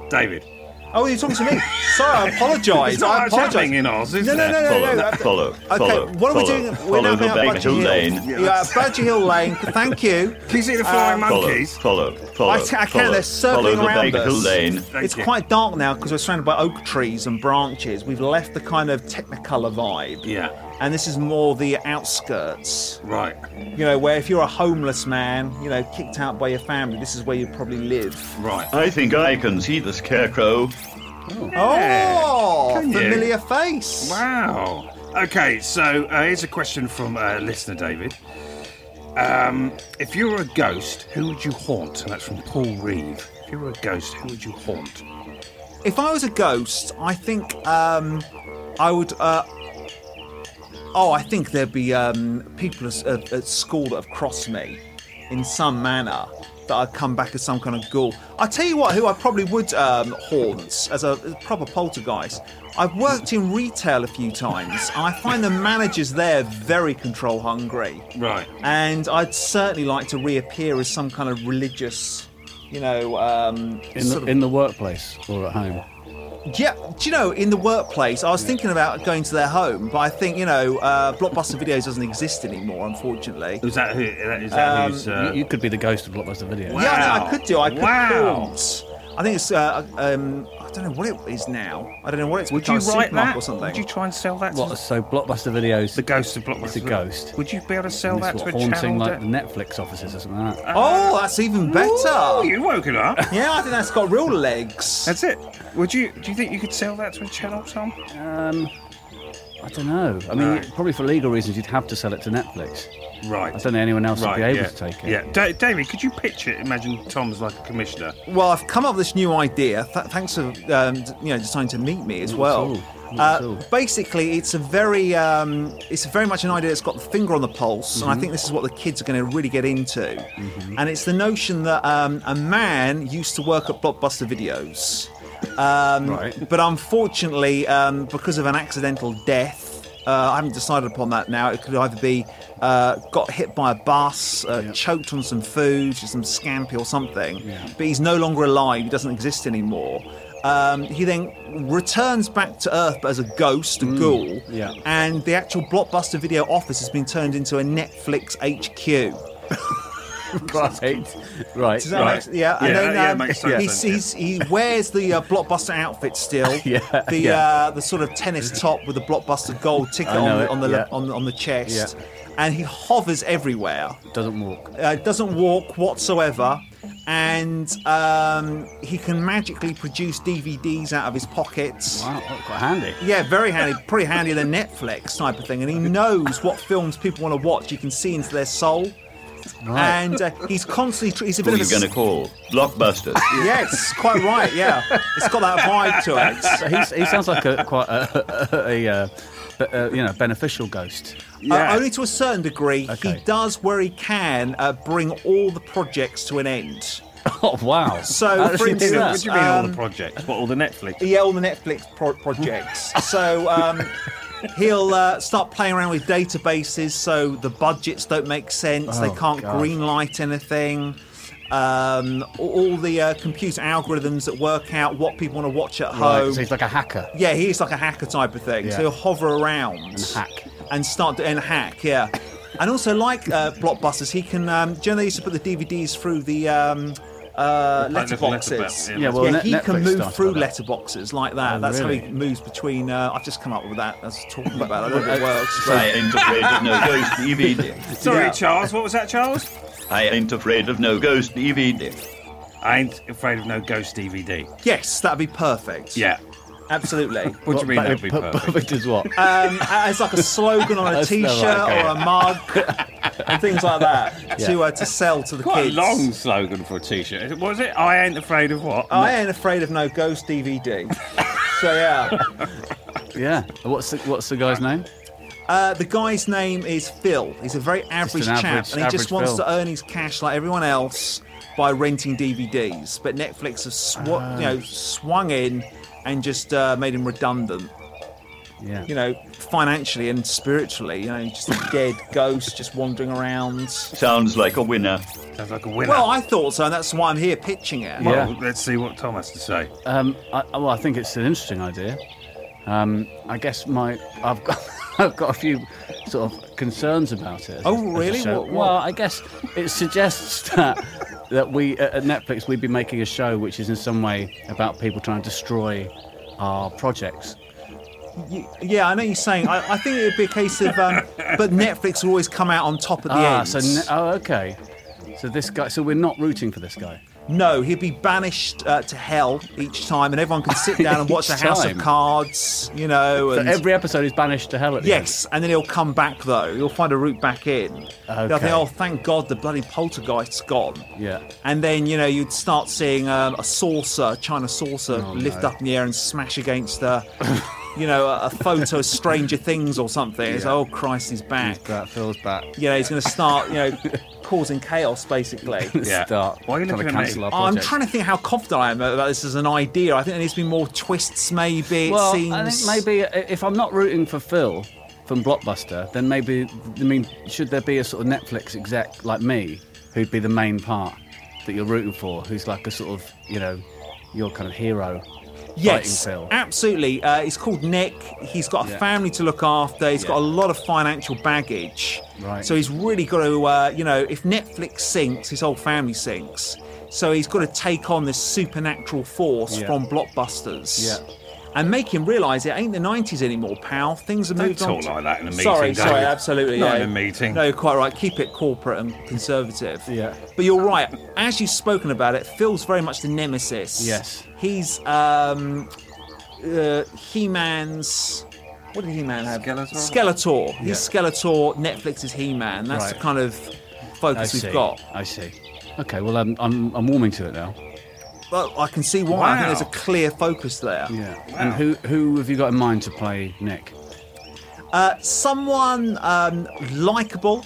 B: David.
D: Oh, you're talking to me. Sorry, I apologise.
B: It's not
D: I
B: much
D: apologise.
B: happening in Oz, is
D: No, no,
B: there?
D: no, no,
E: Follow,
D: no.
E: follow,
D: Okay,
E: follow,
D: what are we
E: follow,
D: doing? We're
E: follow
D: now
E: the
D: going up
E: back
D: Badger
E: hill
D: Hill.
E: lane.
D: Yeah, Badger Hill Lane. Thank you.
B: Can you see the flying
D: Um,
E: Follow,
B: monkeys?
E: follow, follow.
D: I ca- I can,
E: follow,
D: they're circling
E: follow the
D: around
E: back
D: us.
E: hill lane.
B: Thank
D: it's
B: you.
D: quite dark now because we're surrounded by oak trees and branches. We've left the kind of Technicolor vibe.
B: Yeah.
D: And this is more the outskirts,
B: Right.
D: you know, where if you're a homeless man, you know, kicked out by your family, this is where you probably live.
B: Right.
E: I think I can see the scarecrow.
D: Oh,
B: Can you?
D: familiar face.
B: Wow. Okay, so uh, here's a question from uh, listener David. Um, if you were a ghost, who would you haunt? And that's from Paul Reeve. If you were a ghost, who would you haunt?
D: If I was a ghost, I think um, I would. Uh, oh, I think there'd be um, people at, at- at school that have crossed me in some manner that I'd come back as some kind of ghoul. I tell you what, who I probably would um, haunt as a, as a proper poltergeist. I've worked in retail a few times, and I find the managers there very control hungry.
B: Right.
D: And I'd certainly like to reappear as some kind of religious, you know, um,
A: In the, in the workplace or at home.
D: yeah, do you know, in the workplace, I was thinking about going to their home, but I think, you know, uh, Blockbuster Videos doesn't exist anymore, unfortunately.
B: Is that who? Is that who's? Uh,
A: You, you could be the ghost of Blockbuster Video.
B: Wow.
D: Yeah, I, know, I could do. I could
B: Wow.
D: haunt. I think it's, uh, um, I don't know what it is now. I don't know what it's
B: would you
D: become, a
B: write
D: supermarket
B: that?
D: or something.
B: Would you try and sell that?
A: What,
B: To
A: so Blockbuster Videos.
B: the ghost of Blockbuster.
A: It's a ghost.
B: Would you be able to sell
A: and
B: that
A: it's
B: to
A: what,
B: a
A: haunting
B: channel?
A: like the Netflix offices or something like that.
D: oh, that's even better.
B: Ooh, you woken up.
D: Yeah, I think that's got real legs.
B: That's it. Would you? Do you think you could sell that to a channel, Tom?
A: Um, I don't know. I mean,
B: Right.
A: probably for legal reasons, you'd have to sell it to Netflix.
B: Right.
A: I don't know anyone else would be able
B: yeah.
A: to take it.
B: Yeah, da- David, could you picture? Imagine Tom's like a commissioner.
D: Well, I've come up with this new idea. Th- thanks for um, d- you know deciding to meet me as
A: Not at
D: well. Uh,
A: all. Not at all.
D: basically, it's a very um, it's very much an idea that's got the finger on the pulse, and
A: Mm-hmm.
D: I think this is what the kids are going to really get into. And it's the notion that um, a man used to work at Blockbuster Videos, um,
A: Right.
D: but unfortunately, um, because of an accidental death. Uh, I haven't decided upon that now. It could either be uh, got hit by a bus, uh, choked on some food, some scampi or something, but he's no longer alive. He doesn't exist anymore. Um, he then returns back to Earth, but as a ghost, a ghoul.
A: Mm. yeah.
D: And the actual blockbuster video office has been turned into a Netflix HQ.
A: Right. Right.
D: Does that
B: Right.
D: make sense? Yeah, and
B: Yeah, that-
D: then
B: yeah,
D: um,
B: makes total
D: he's,
B: sense,
D: he's, he wears the uh, blockbuster outfit still.
A: Yeah,
D: the
A: yeah.
D: Uh, the sort of tennis top with the blockbuster gold ticket
A: I
D: on,
A: know
D: the-
A: it,
D: on the
A: yeah.
D: on, the- on the chest, and he hovers everywhere.
A: Doesn't walk.
D: Uh, doesn't walk whatsoever, and um, he can magically produce DVDs out of his pockets.
A: Wow, that's quite handy.
D: Yeah, very handy, pretty handy than Netflix type of thing. And he knows what films people want to watch. You can see into their soul.
A: Right.
D: And uh, he's constantly, tr- he's a
E: Who
D: bit
E: are
D: of a
E: you going to call? Blockbuster.
D: Yes, quite right. Yeah, it's got that vibe to it. Uh,
A: So he's, he sounds like a quite a, a, uh, be- uh, you know beneficial ghost.
D: Uh, only to a certain degree. He
A: Okay.
D: does where he can uh, bring all the projects to an end.
A: Oh wow!
D: So,
A: How does
D: for
A: he do
D: instance-
A: that?
B: What do you mean all
D: um,
B: the projects? What all the Netflix?
D: Yeah, all the Netflix pro- projects. So um, he'll uh, start playing around with databases, so the budgets don't make sense. they
A: Oh,
D: can't
A: God.
D: greenlight anything. Um, all- all the uh, computer algorithms that work out what people want to watch at
A: Right,
D: home.
A: so he's like a hacker.
D: Yeah, he's like a hacker type of thing.
A: Yeah.
D: So he'll hover around and
A: hack.
D: and start doing and hack. Yeah, and also like uh, blockbusters, he can. Um, do you know they used to put the DVDs through the um, uh,
B: Like little letterbox,
D: letterboxes?
B: yeah.
A: Yeah, well,
D: yeah,
A: Net-
D: he can
A: Netflix
D: move
A: started
D: through
A: that.
D: letterboxes like that.
A: Oh,
D: That's how he
A: really?
D: moves between. Uh, I've just come up with that. I was talking about. that. I don't know if it works. but-
E: I ain't afraid of no ghost, Evie.
B: Sorry, Charles. What was that, Charles?
E: E I ain't afraid of no ghost, Evie.
B: I ain't afraid of no ghost DVD.
D: Yes, that'd be perfect.
B: Yeah.
D: absolutely.
B: What do you mean
D: But-
B: that'd be
A: But
B: perfect?
A: perfect is what?
D: um, as like a slogan on a
A: That's
D: T-shirt
A: not okay.
D: or a mug and things like that to uh, to sell to the
B: Quite
D: kids.
B: a long slogan for a T-shirt. What Was it? I ain't afraid of what?
D: I ain't afraid of no ghost DVD. so yeah,
A: yeah. What's the, what's the guy's name?
D: uh, the guy's name is Phil. He's a very average
A: an
D: chap,
A: average-
D: and he just
A: average
D: wants
A: Phil.
D: to earn his cash like everyone else by renting DVDs. But Netflix have sw- you
A: Ah.
D: know swung in and just uh, made him redundant.
A: Yeah.
D: You know, financially and spiritually. You know, just a dead ghost just wandering around.
E: Sounds like a winner.
B: Sounds like a winner.
D: Well, I thought so, and that's why I'm here pitching it.
A: Yeah.
B: Well, let's see what Tom has to say.
D: Uh,
A: Um, I, well, I think it's an interesting idea. Um, I guess my I've got I've got a few sort of concerns about it. as
D: Oh,
A: a- as a
D: really?
A: show.
D: What- what?
A: Well, I guess it suggests that that we at at Netflix we'd be making a show which is in some way about people trying to destroy our projects.
D: Y- Yeah, I know you're saying. I, I think it would be a case of, um, but Netflix will always come out on top at the
A: ah,
D: end.
A: so ne- oh, okay. So this guy. So we're not rooting for this guy.
D: no, he'd be banished uh, to hell each time, and everyone can sit down and watch a
A: Each
D: House of
A: time.
D: Cards, you know.
A: So
D: And
A: every episode is banished to hell at the end.
D: yes, and then he'll come back though. He'll find a route back in. They'll
A: Okay.
D: think, oh, thank God, the bloody poltergeist's gone.
A: Yeah.
D: And then you know you'd start seeing um, a saucer, China saucer, lift
A: Oh, no.
D: up in the air and smash against a, you know, a, a photo of Stranger Things or something. It's oh Christ, he's back.
A: That feels back.
D: you know, he's going to start, you know, causing chaos basically.
B: Yeah.
A: Start.
B: Why are you
A: trying to
B: looking at me?
A: cancel our
D: Oh, I'm
A: project.
D: trying to think how confident I am about this as an idea. I think there needs to be more twists, maybe. It
A: Well,
D: seems.
A: I think maybe i- if I'm not rooting for Phil from Blockbuster, then maybe I mean, should there be a sort of Netflix exec like me who'd be the main part that you're rooting for, who's like a sort of you know your kind of hero?
D: Yes,
A: Phil.
D: absolutely. Uh, he's called Nick. He's got a
A: Yeah.
D: family to look after. He's got a lot of financial baggage.
A: Right.
D: So he's really got to, uh, you know, if Netflix sinks, his whole family sinks. So he's got to take on this supernatural force
A: Yeah.
D: from blockbusters.
A: Yeah.
D: And make him realise it ain't the 90s anymore, pal. Things have
B: Don't
D: moved on.
B: talk like that in a meeting,
D: Sorry, sorry,
B: David.
D: absolutely.
B: Not
D: yeah.
B: in a meeting.
D: No, you're quite right. Keep it corporate and conservative.
A: Yeah.
D: But you're right. As you've spoken about it, Phil's very much the nemesis.
A: Yes.
D: He's um, uh, He-Man's. What did He-Man have?
B: Skeletor?
D: Skeletor. He's Skeletor. Netflix is He-Man. That's
A: Right.
D: the kind of
A: I
D: focus
A: see.
D: we've got.
A: I see. Okay, well I'm I'm, I'm warming to it now.
D: Well, I can see why. I think
B: Wow.
D: there's a clear focus there.
A: Yeah. And who who have you got in mind to play Nick?
D: Uh, someone um, likable.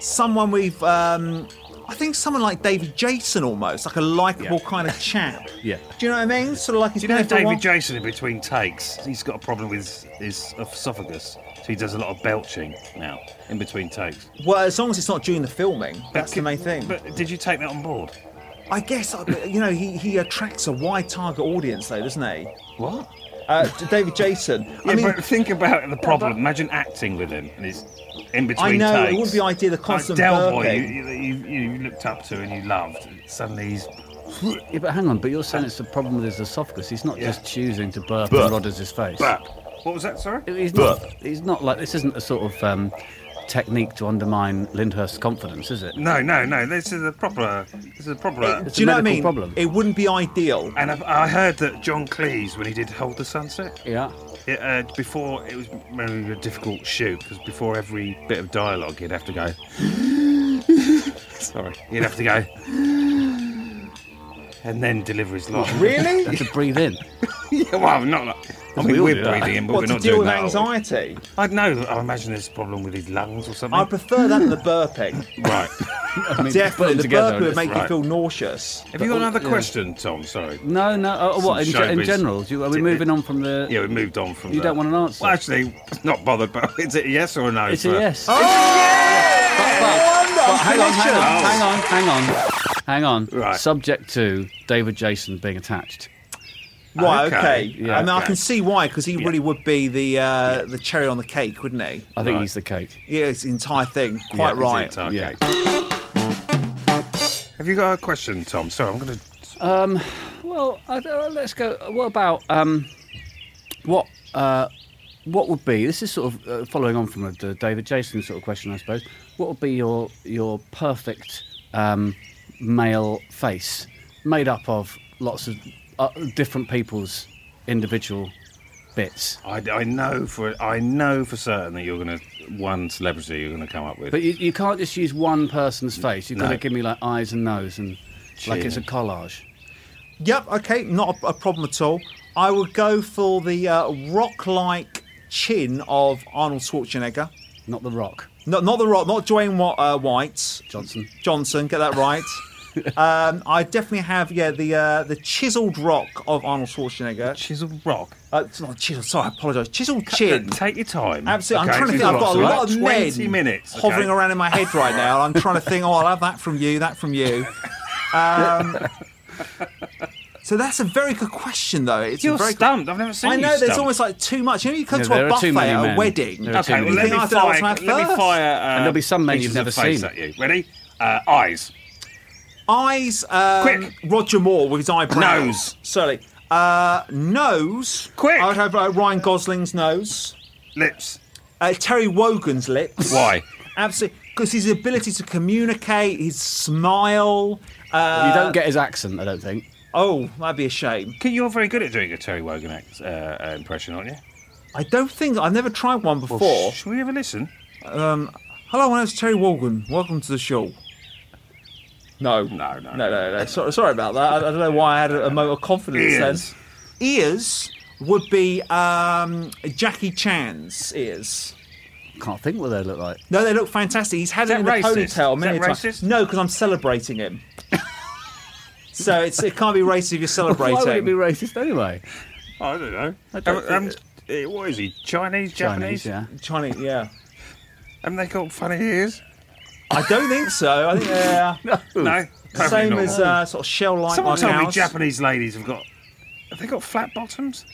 D: Someone we've. Um, I think someone like David Jason almost, like a likable
A: Yeah.
D: kind of chap.
A: Yeah.
D: Do you know what I mean? Sort of like he's
B: Do you know
D: been there for a while.
B: David Jason in between takes? He's got a problem with his esophagus, so he does a lot of belching now in between takes.
D: Well, as long as it's not during the filming, that's the main thing.
B: But did you take that on board?
D: I guess, uh, you know, he, he attracts a wide target audience, though, doesn't he?
B: What?
D: Uh, D- David Jason.
B: Yeah,
D: I mean,
B: but think about the problem. Imagine acting with him and he's in between
D: I know, it
B: takes.
D: wouldn't be ideal, the constant
B: like Del Boy, you,
D: burping.
B: you, you, you looked up to and you loved. Suddenly he's
A: Yeah, but hang on. But you're saying it's a problem with his esophagus. He's not just choosing to burp
E: Burp.
A: in Rodgers' face.
B: burp. What was that? Sorry.
A: He's not. He's not like this. Isn't a sort of um, technique to undermine Lyndhurst's confidence, is it?
B: No, no, no. This is a proper. This is a proper.
A: It's
D: do you
A: a
D: know what I
A: medical
D: mean?
A: problem.
D: It wouldn't be ideal.
B: and I, I heard that John Cleese, when he did Hold the Sunset,
A: Yeah.
B: it, uh, before it was maybe a difficult shoot because before every bit of dialogue, he'd have to go. Sorry, he'd have to go. And then deliver his line.
D: Really?
A: And to breathe in.
B: Yeah, well, not like. I mean,
A: we all
B: we're
A: do that.
B: breathing in, but
D: what,
B: we're
D: to
B: not
D: deal
B: doing
D: with
B: that. are we?
D: anxiety?
B: I know. that- I imagine there's a problem with his lungs or something.
D: I prefer that than the burping.
B: right.
A: I mean, put
D: Definitely,
A: them
D: the
A: together
D: burping
A: and
D: would
A: it's-
D: make you
B: right.
D: feel nauseous.
B: Have you got another question, Tom? Sorry.
A: No, no. Oh, what in,
B: Some
A: ge- in
B: showbiz.
A: general? Do you, are we
B: Did-
A: moving on from the?
B: Yeah, we moved on from.
A: You
B: that.
A: don't want an answer?
B: Well, actually, not bothered. But is it a yes or a no?
A: It's a
B: for-
A: yes.
D: Oh, Wonder,
A: But hang on, hang on,
D: congratulations.
A: hang on, hang on, hang on.
B: Right.
A: Subject to David Jason being attached.
D: Right, okay.
B: Okay,
D: I
B: yeah,
D: mean, I
B: okay.
D: can see why, because he really would be the uh, the cherry on the cake, wouldn't he?
A: I think he's the cake.
D: Yeah, it's the entire thing. Quite
B: Is
D: right.
B: it? Okay.
A: Yeah.
B: Have you got a question, Tom? Sorry, I'm going to.
A: Well, I don't know, let's go. What about um, what uh, what would be? This is sort of uh, following on from the David Jason sort of question, I suppose. What would be your your perfect um, male face made up of lots of uh, different people's individual bits.
B: I, I know for I know for certain that you're gonna one celebrity you're gonna come up with.
A: But you, you can't just use one person's face. You've got
B: No.
A: to give me like eyes and nose and like it's a collage.
D: Yep. Okay. Not a, a problem at all. I would go for the uh, rock-like chin of Arnold Schwarzenegger.
A: Not the rock.
D: No, not the rock. Not Dwayne Wa- uh, White.
A: Johnson.
D: Johnson. Get that right. um, I definitely have. Yeah. The uh, the chiseled rock of Arnold Schwarzenegger.
B: she's a rock.
D: Uh, it's not chiseled. Sorry, I apologise. Chiseled chin.
B: Take your time.
D: Absolutely.
B: Okay,
D: I'm trying to
B: so
D: think.
B: you've
D: I've got a
B: like
D: lot of men
B: 20 minutes okay?
D: hovering around in my head right now. I'm trying to think. Oh, I'll have that from you. That from you. Um, so that's a very good question, though. It's a
B: You're
D: very good-
B: stumped. I've never seen
D: I
B: you
D: know there's
B: stumped.
D: almost like too much. You know, you come
A: No,
D: to
A: there
D: a
A: are too
D: buffet
A: many
D: at a
A: men.
D: wedding.
A: There are too
B: Okay, well,
A: many
B: let
D: You
B: me
D: think after that,
B: fire.
D: what's my
B: Let me
D: first?
B: fire. Uh,
A: And there'll be some men
B: pictures
A: you've never
B: of face
A: seen.
B: At you. Ready? Uh, eyes.
D: Eyes. Um,
B: Quick.
D: Roger Moore with his eyebrows.
B: Nose.
D: Sorry. Uh, nose.
B: Quick.
D: I would have uh, Ryan Gosling's nose.
B: Lips.
D: Uh, Terry Wogan's lips.
B: Why?
D: Absolutely. Because his ability to communicate, his smile. Uh,
A: you don't get his accent, I don't think.
D: oh, that'd be a shame.
B: Okay, You're very good at doing a Terry Wogan act, uh, uh, impression, aren't you?
D: I don't think I've never tried one before.
B: Should we have a listen?
D: Hello, my name's Terry Wogan. Welcome to the show. No,
B: No, no,
D: no, no, no. Sorry, sorry about that. I, I don't know why I had a, a moment of confidence
B: Ears.
D: then. Ears would be um, Jackie Chan's ears.
A: Can't think what they look like.
D: No, they look fantastic. He's had
B: that
D: it in a
B: racist?
D: ponytail
B: Is
D: many
B: that
D: times.
B: racist?
D: No, because I'm celebrating him. so it's, it can't be racist if you're celebrating.
A: Why would it be racist anyway?
B: Oh, I don't know.
A: don't
B: Um, um, uh, what is he? Chinese, Japanese?
A: Chinese, yeah.
D: Chinese, yeah.
B: Haven't they got funny ears?
D: I don't think so. I think they're
B: No. Totally
D: same
B: normal.
D: as uh, sort of shell-like
B: Someone
D: like
B: told me
D: ours.
B: Japanese ladies have got. Have they got flat bottoms?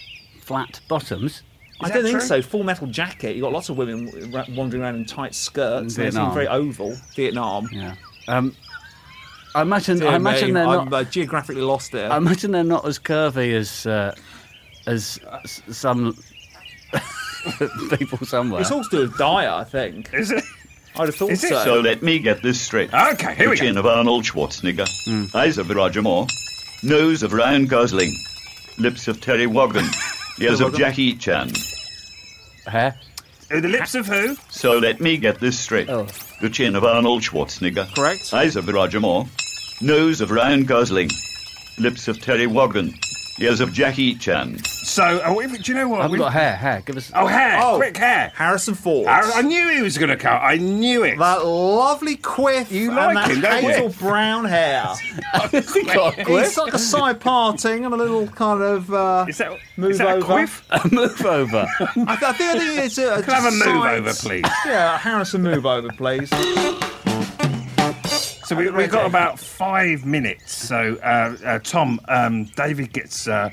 A: Flat bottoms.
D: I
B: Is
D: don't
B: that
D: think
B: true?
D: so. Full metal jacket. You've got lots of women w- ra- wandering around in tight skirts.
A: In
D: They seem
A: Vietnam.
D: very oval. Vietnam.
A: Yeah. Um, I imagine.
D: Dear
A: I imagine
D: me,
A: they're
D: I'm
A: not.
D: uh, geographically lost there.
A: I imagine they're not as curvy as uh, as s- some people somewhere.
D: it's all to do with diet, I think.
B: Is it?
D: I'd have thought
B: Is it?
D: so.
E: So let me get this straight.
B: Uh, Okay, here
E: the
B: we
E: chin
B: go. Hmm.
E: of Arnold Schwarzenegger, eyes of Roger Moore, nose of Ryan Gosling, lips of Terry Wogan, ears of Jackie Chan.
A: Hair.
B: Uh, The lips of who?
E: So let me get this straight.
A: Oh.
E: The chin of Arnold Schwarzenegger,
D: Correct.
E: eyes of Roger Moore, nose of Ryan Gosling, lips of Terry Wogan, ears of Jackie Chan.
B: So, oh, if- do you know what?
A: I haven't
B: We-
A: got hair. Hair. Give us.
B: Oh, hair.
D: Oh.
B: Quick hair.
D: Harrison Ford.
B: I, I knew he was going to come. I knew it.
D: that lovely quiff
B: You like
D: and that
B: him, don't you?
D: hazel brown hair. It's like a side parting and a little kind of uh,
B: Is that,
D: move
B: is that a
D: over.
B: quiff?
A: A move over.
D: I, th- I think I think it's a,
B: Can I have a
D: side-
B: move over, please?
D: Yeah, Harrison, move over, please.
B: So we, we've got about five minutes. So, uh, uh, Tom, um, David gets uh,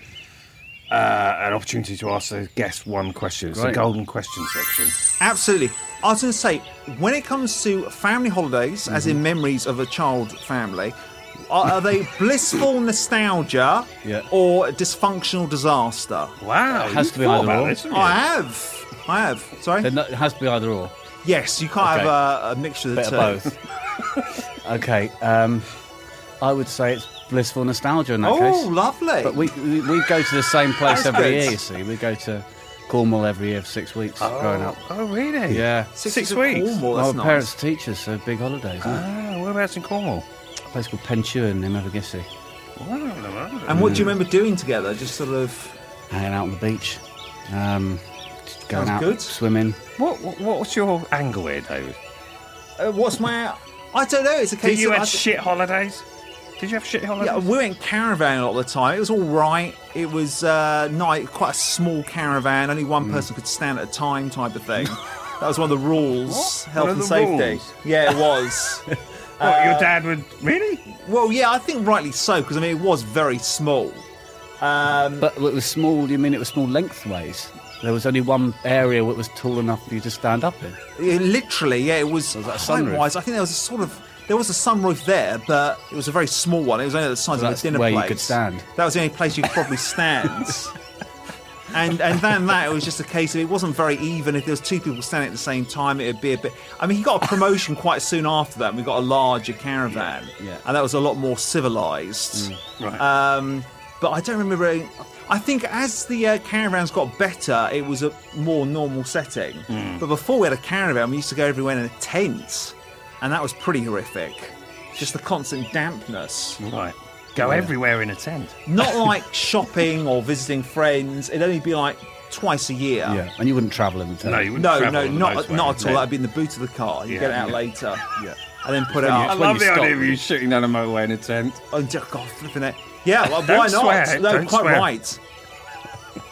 B: uh, an opportunity to ask the guest one question. It's
A: Great.
B: the golden question section.
D: Absolutely. I was going to say, when it comes to family holidays, as
B: Mm-hmm.
D: in memories of a child family, are, are they blissful nostalgia
A: Yeah.
D: or dysfunctional disaster?
B: Wow,
A: has
B: you
A: to be
B: thought
A: either
B: about
A: or.
B: this, haven't you?
D: I have. I have. Sorry?
A: They're not- it has to be either or.
D: yes, you can't have
A: Okay.
D: a, a mixture of the
A: Bit
D: two.
A: of both. okay. Um, I would say it's blissful nostalgia in that
D: Oh,
A: case.
D: lovely.
A: But we, we we go to the same place
D: That's
A: every
D: good.
A: year. You see, we go to Cornwall every year for six weeks growing up.
B: Oh, really?
A: Yeah.
D: Six,
B: Six
D: of
B: weeks.
D: Cornwall,
A: My
D: that's nice.
A: parents teach us, so big holidays. isn't it?
B: Ah, whereabouts in Cornwall?
A: A place called Pentuan in Mavagissi.
D: And what do
B: Mm.
D: you remember doing together? Just sort of.
A: Hanging out on the beach, um, just going
D: Sounds
A: out
D: good.
A: swimming.
B: What, what What's your angle here, David?
D: Uh, what's my. I don't know. It's a
B: Did
D: case
B: you
D: of.
B: have
D: I-
B: shit holidays? Did you have shit
D: Yeah,
B: holidays?
D: we went caravan a lot of the time. It was all right. It was uh, night, quite a small caravan. Only
B: Mm.
D: one person could stand at a time, type of thing. that was one of the rules,
B: What?
D: health
B: One of
D: and
B: the
D: safety.
B: rules?
D: Yeah, it was.
B: what,
D: uh,
B: your dad would really?
D: well, yeah, I think rightly so because I mean it was very small.
A: But it was small. You mean it was small lengthways? There was only one area that was tall enough for you to stand up in.
D: It literally, yeah, it was.
A: Was that a sunroof?
D: Height-wise, I think there was a sort of there was a sunroof there, but it was a very small one. It was only the size of
A: that's
D: a dinner
A: where you
D: plate.
A: could stand.
D: That was the only place you could probably stand. And and than that, it was just a case of it wasn't very even. If there was two people standing at the same time, it would be a bit. I mean, he got a promotion quite soon after that. and We got a larger caravan,
A: yeah. Mm.
D: and that was a lot more civilized.
B: Right.
D: Um, but I don't remember. any- I think as the uh, caravans got better, it was a more normal setting.
B: Hmm.
D: But before we had a caravan, we used to go everywhere in a tent, and that was pretty horrific. Just the constant dampness.
B: right. Go everywhere in a tent.
D: Not like shopping or visiting friends. It'd only be like twice a year.
A: Yeah, and you wouldn't travel in the town.
B: No, you wouldn't
D: Oh. No,
B: travel
D: no,
B: on the
D: not
B: motorway.
D: not at all.
B: Yeah.
D: That'd be in the boot of the car. You
B: Yeah,
D: get it out
B: yeah.
D: later. Yeah. And then put it
B: I
D: up.
B: love the
A: you
B: idea
A: stop.
B: of you shooting down a motorway in a tent.
D: Oh, d- God, flipping it. Yeah, well,
B: Don't
D: why not?
B: swear,
D: no,
B: don't
D: quite
B: swear.
D: right.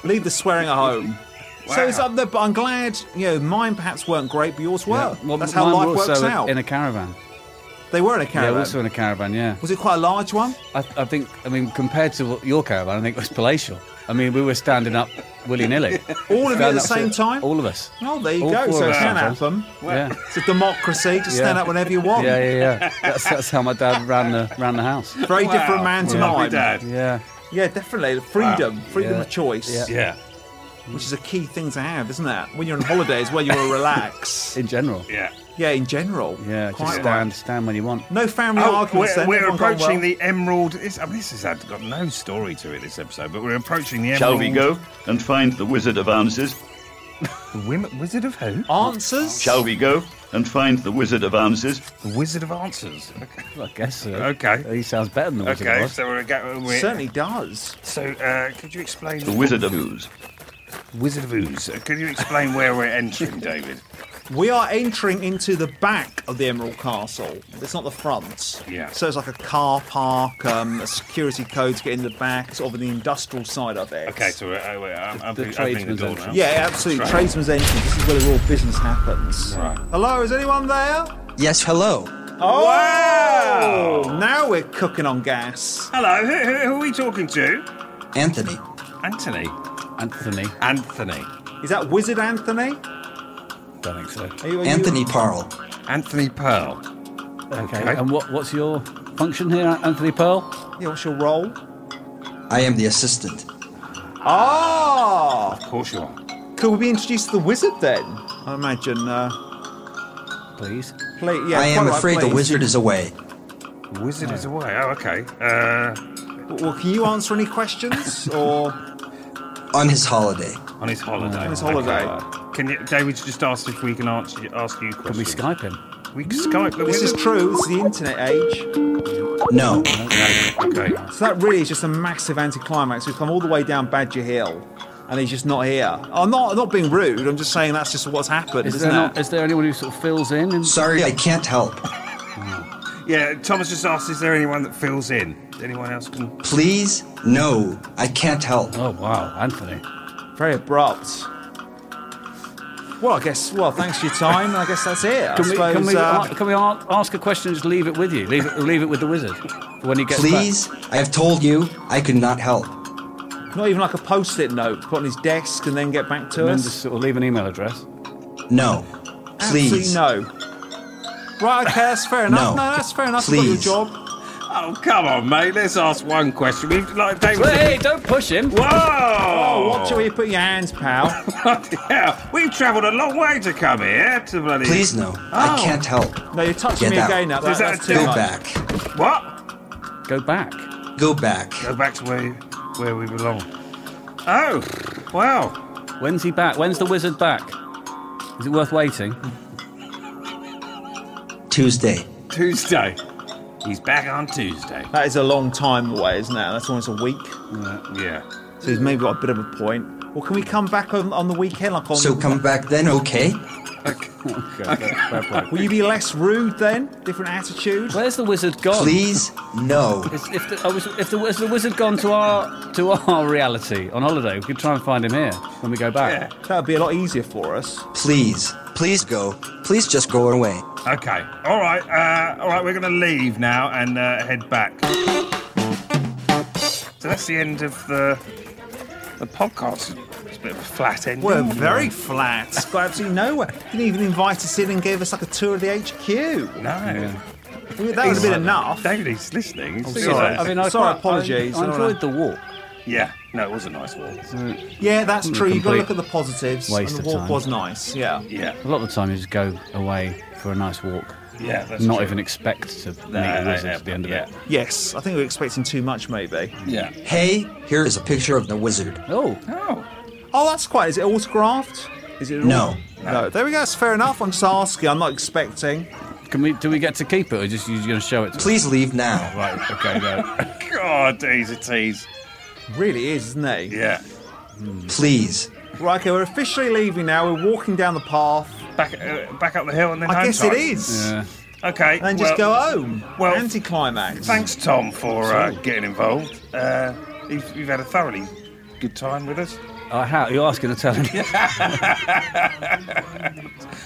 D: Leave the swearing at home. So it's
B: Wow.
D: up there, but I'm glad, you know, mine perhaps weren't great, but yours were.
A: Well,
D: Oh, That's how
A: mine
D: life
A: were also
D: works
A: in-
D: out.
A: In a caravan.
D: They were in a
A: Yeah,
D: caravan.
A: also in a caravan. Yeah,
D: Was it quite a large one?
A: I, I think. I mean, compared to what your caravan, I think it was palatial. I mean, we were standing up willy nilly.
D: All of you at the same time?
A: All of us.
D: Oh, there you
A: All
D: go.
A: four
D: So
A: of
D: it
A: us
D: can
A: sometimes.
D: happen.
A: Yeah.
D: It's a democracy. Just stand
A: Yeah.
D: up whenever you want.
A: Yeah, yeah, yeah. That's, that's how my dad ran the ran the house.
D: Very different man to
B: Lovely
D: mine.
B: dad.
A: Yeah,
D: Yeah, definitely. Freedom. Freedom
A: Yeah.
D: of choice.
A: Yeah.
B: Yeah.
D: Which is a key thing to have, isn't it? When you're on holidays, where you want to relax.
A: in general.
B: Yeah.
D: yeah, in general.
A: Yeah,
D: quite
A: just
D: right.
A: stand stand when you want.
D: No family
B: Oh,
D: arguments.
B: we're,
D: then.
B: we're
D: Everyone got on
B: approaching
D: well.
B: the Emerald. It's, I mean, this has had- got no story to it, this episode, but we're approaching the Emerald.
E: Shall we go and find the Wizard of Answers?
B: The Wim- Wizard of who?
D: answers.
E: Shall we go and find the Wizard of Answers?
B: The Wizard of Answers. Okay.
A: I guess so.
B: Okay.
A: He sounds better than the Wizard of
B: Okay,
A: Oz.
B: so we're, go- we're
D: Certainly does.
B: So, uh, could you explain
E: The Wizard of Ooze.
B: Wizard of Ooze? Uh, Could you explain where we're entering, David?
D: We are entering into the back of the Emerald Castle. It's not the front.
B: Yeah.
D: So it's like a car park, um, a security code to get in the back, sort of the industrial side of it.
B: Okay, so we're, uh, we're, I'm, I'm
A: The- the
B: opening the
A: tradesman's
B: door now.
A: entrance.
D: Yeah, absolutely.
B: Right.
D: Tradesman's entrance. This is where the real business happens.
B: Right.
D: Hello, is anyone there?
H: Yes, hello.
D: Oh,
B: Wow!
D: now we're cooking on gas.
B: Hello, who, who, who are we talking to?
H: Anthony.
B: Anthony.
A: Anthony.
B: Anthony.
D: Is that Wizard Anthony?
B: Don't think so.
D: Are you, are you-
H: Anthony Parle.
B: Anthony Pearl.
A: Okay.
B: Okay.
A: And what what's your function here, Anthony Pearl?
D: Yeah, what's your role?
H: I am the assistant.
D: Ah!
B: Of course you are.
D: Could we be introduced to the wizard then? I imagine. Uh,
A: Please.
D: play, yeah,
H: I am
D: quite right,
H: afraid the
D: please.
H: wizard is away.
B: Wizard is away. Oh, okay. Uh,
D: Well, can you answer any questions or?
H: On his holiday.
B: Uh, on his holiday.
D: his holiday.
B: Okay. Can you, David just asked if we can answer, ask you
A: Can we
B: questions?
A: Skype him?
B: We can Skype. the
D: This is
B: wizard.
D: true. This is the internet age.
H: No.
B: Okay.
D: So that really is just a massive anticlimax. We've come all the way down Badger Hill, and he's just not here. I'm not I'm not being rude. I'm just saying that's just what's happened,
A: Is
D: isn't
A: there
D: it?
A: not, is there anyone who sort of fills in? And,
H: Sorry, I can't help.
B: Yeah, Thomas just asked, is there anyone that fills in? Anyone else can.
H: Please? No. I can't help.
A: oh wow, Anthony.
D: Very abrupt. Well, I guess. Well, thanks for your time. I guess that's it. I
A: Can we,
D: suppose.
A: can we,
D: uh,
A: a- can we a- ask a question and just leave it with you? Leave it, leave it with the wizard for when he gets
H: Please? I have told you I could not help.
D: Not even like a post-it note. Put on his desk and then get back to
A: back. And then
D: us.
A: just sort of leave an email address.
H: No.
D: Absolutely
H: Please.
D: no. Right, okay, that's fair enough. No,
H: No.
D: that's fair enough. You've got
H: Please.
D: your job.
B: Oh, come on, mate. Let's ask one question. We've, like, David.
A: Hey, don't push him.
B: Whoa!
D: Oh, watch where you put your hands, pal.
B: yeah, we've travelled a long way to come here to bloody.
H: Please no. I
B: Oh.
H: can't help.
D: No, you're touching
H: Get
D: me
H: out.
D: again now.
B: Is that
D: that's
B: a
D: too
H: Go
D: much.
H: back.
B: What?
A: Go back.
H: Go back.
B: Go back to where where we belong. Oh, wow.
A: When's he back? When's the wizard back? Is it worth waiting?
H: Tuesday.
B: Tuesday. He's back on Tuesday.
D: That is a long time away, isn't it? That's almost a week.
B: Yeah.
D: So he's maybe got a bit of a point. Well, can we come back on, on the weekend? Like on,
H: So come back then, okay?
D: will you be less rude then? Different attitude.
A: Where's the wizard
D: Oh.
A: gone?
H: Please? No.
A: Is, if the, oh, is, if the, has the wizard gone to our to our reality on holiday, we could try and find him here when we go
B: Yeah.
A: back.
D: That would be a lot easier for us.
H: Please. Please go. Please just go away.
B: Okay. All right. Uh, all right. We're going to leave now and uh, head back. So that's the end of the the podcast. It's a bit of a flat end.
D: We're very flat. Got absolutely nowhere. Didn't even invite us in and gave us like a tour of the HQ.
B: No.
D: That would have been enough.
B: David, he's listening. He's
D: sorry.
B: listening. uh,
D: I mean, Sorry,
A: quite-
D: apologies.
A: I, I enjoyed the walk.
B: Yeah, no, it was a nice walk.
D: Yeah, that's true. You've got
A: complete
D: to look at the positives. And
A: waste
D: the
A: of
D: walk
A: time.
D: was nice. Yeah.
B: Yeah,
A: A lot of the time, you just go away for a nice walk.
B: yeah, that's
A: Not
B: true.
A: even expect to meet
B: yeah,
A: a wizard
B: yeah,
A: at the end of
B: yeah.
A: it.
D: Yes, I think we we're expecting too much, maybe.
B: Yeah.
H: Hey, here is a picture of the wizard.
A: Oh,
B: Oh,
D: Oh, that's quite. Is it autographed? Is it?
H: No.
D: No. There we go. That's fair enough. I'm just asking. I'm not expecting.
A: can we? Do we get to keep it, or just you're going to show it? to us?
H: Please leave now.
A: Right. Okay. No.
B: God, daisy tease.
D: Really is, isn't it?
B: Yeah.
H: Please.
D: Right. Okay. We're officially leaving now. We're walking down the path.
B: Back uh, back up the hill and then
D: I
B: home
D: guess
B: time.
D: it is.
A: Yeah.
B: Okay.
D: And just
B: well,
D: go home.
B: well,
D: Anticlimax.
B: Thanks, Tom, for uh, getting involved. Uh, you've, you've had a thoroughly good time with us.
A: Uh, how you're asking to tell him?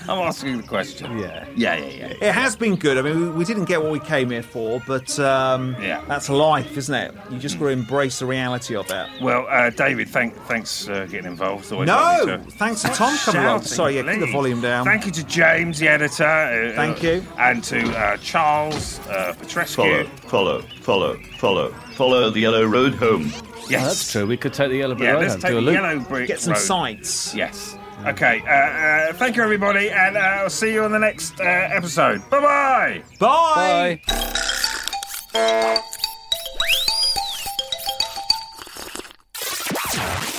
B: I'm asking the question.
A: yeah.
B: Yeah, yeah, yeah.
D: It has been good. I mean, we, we didn't get what we came here for, but um,
B: Yeah.
D: that's life, isn't it? You just got to embrace the reality of it.
B: Well, uh, David, thank, thanks for getting involved. Always lovely
D: No,
B: to-
D: thanks to Tom coming along.
B: Shouting,
D: Sorry, yeah, keep the
B: please.
D: volume down.
B: Thank you to James, the editor. uh,
D: Thank
B: uh,
D: you.
B: And to uh, Charles uh, Petrescu.
E: Follow, follow, follow, follow, follow the yellow road home.
B: Yes.
A: Oh, that's true. We could take the yellow brick
B: Yeah,
A: road
B: let's
A: and
B: take
A: do a
B: the
A: loop.
B: yellow brick
D: Get some
B: road.
D: sights.
B: Yes. Okay. Uh, uh, thank you, everybody, and uh, I'll see you on the next uh, episode. Bye bye.
D: Bye.
A: Bye.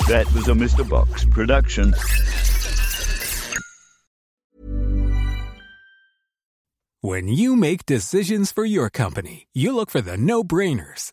E: That was a Mr. Box production.
I: When you make decisions for your company, you look for the no brainers.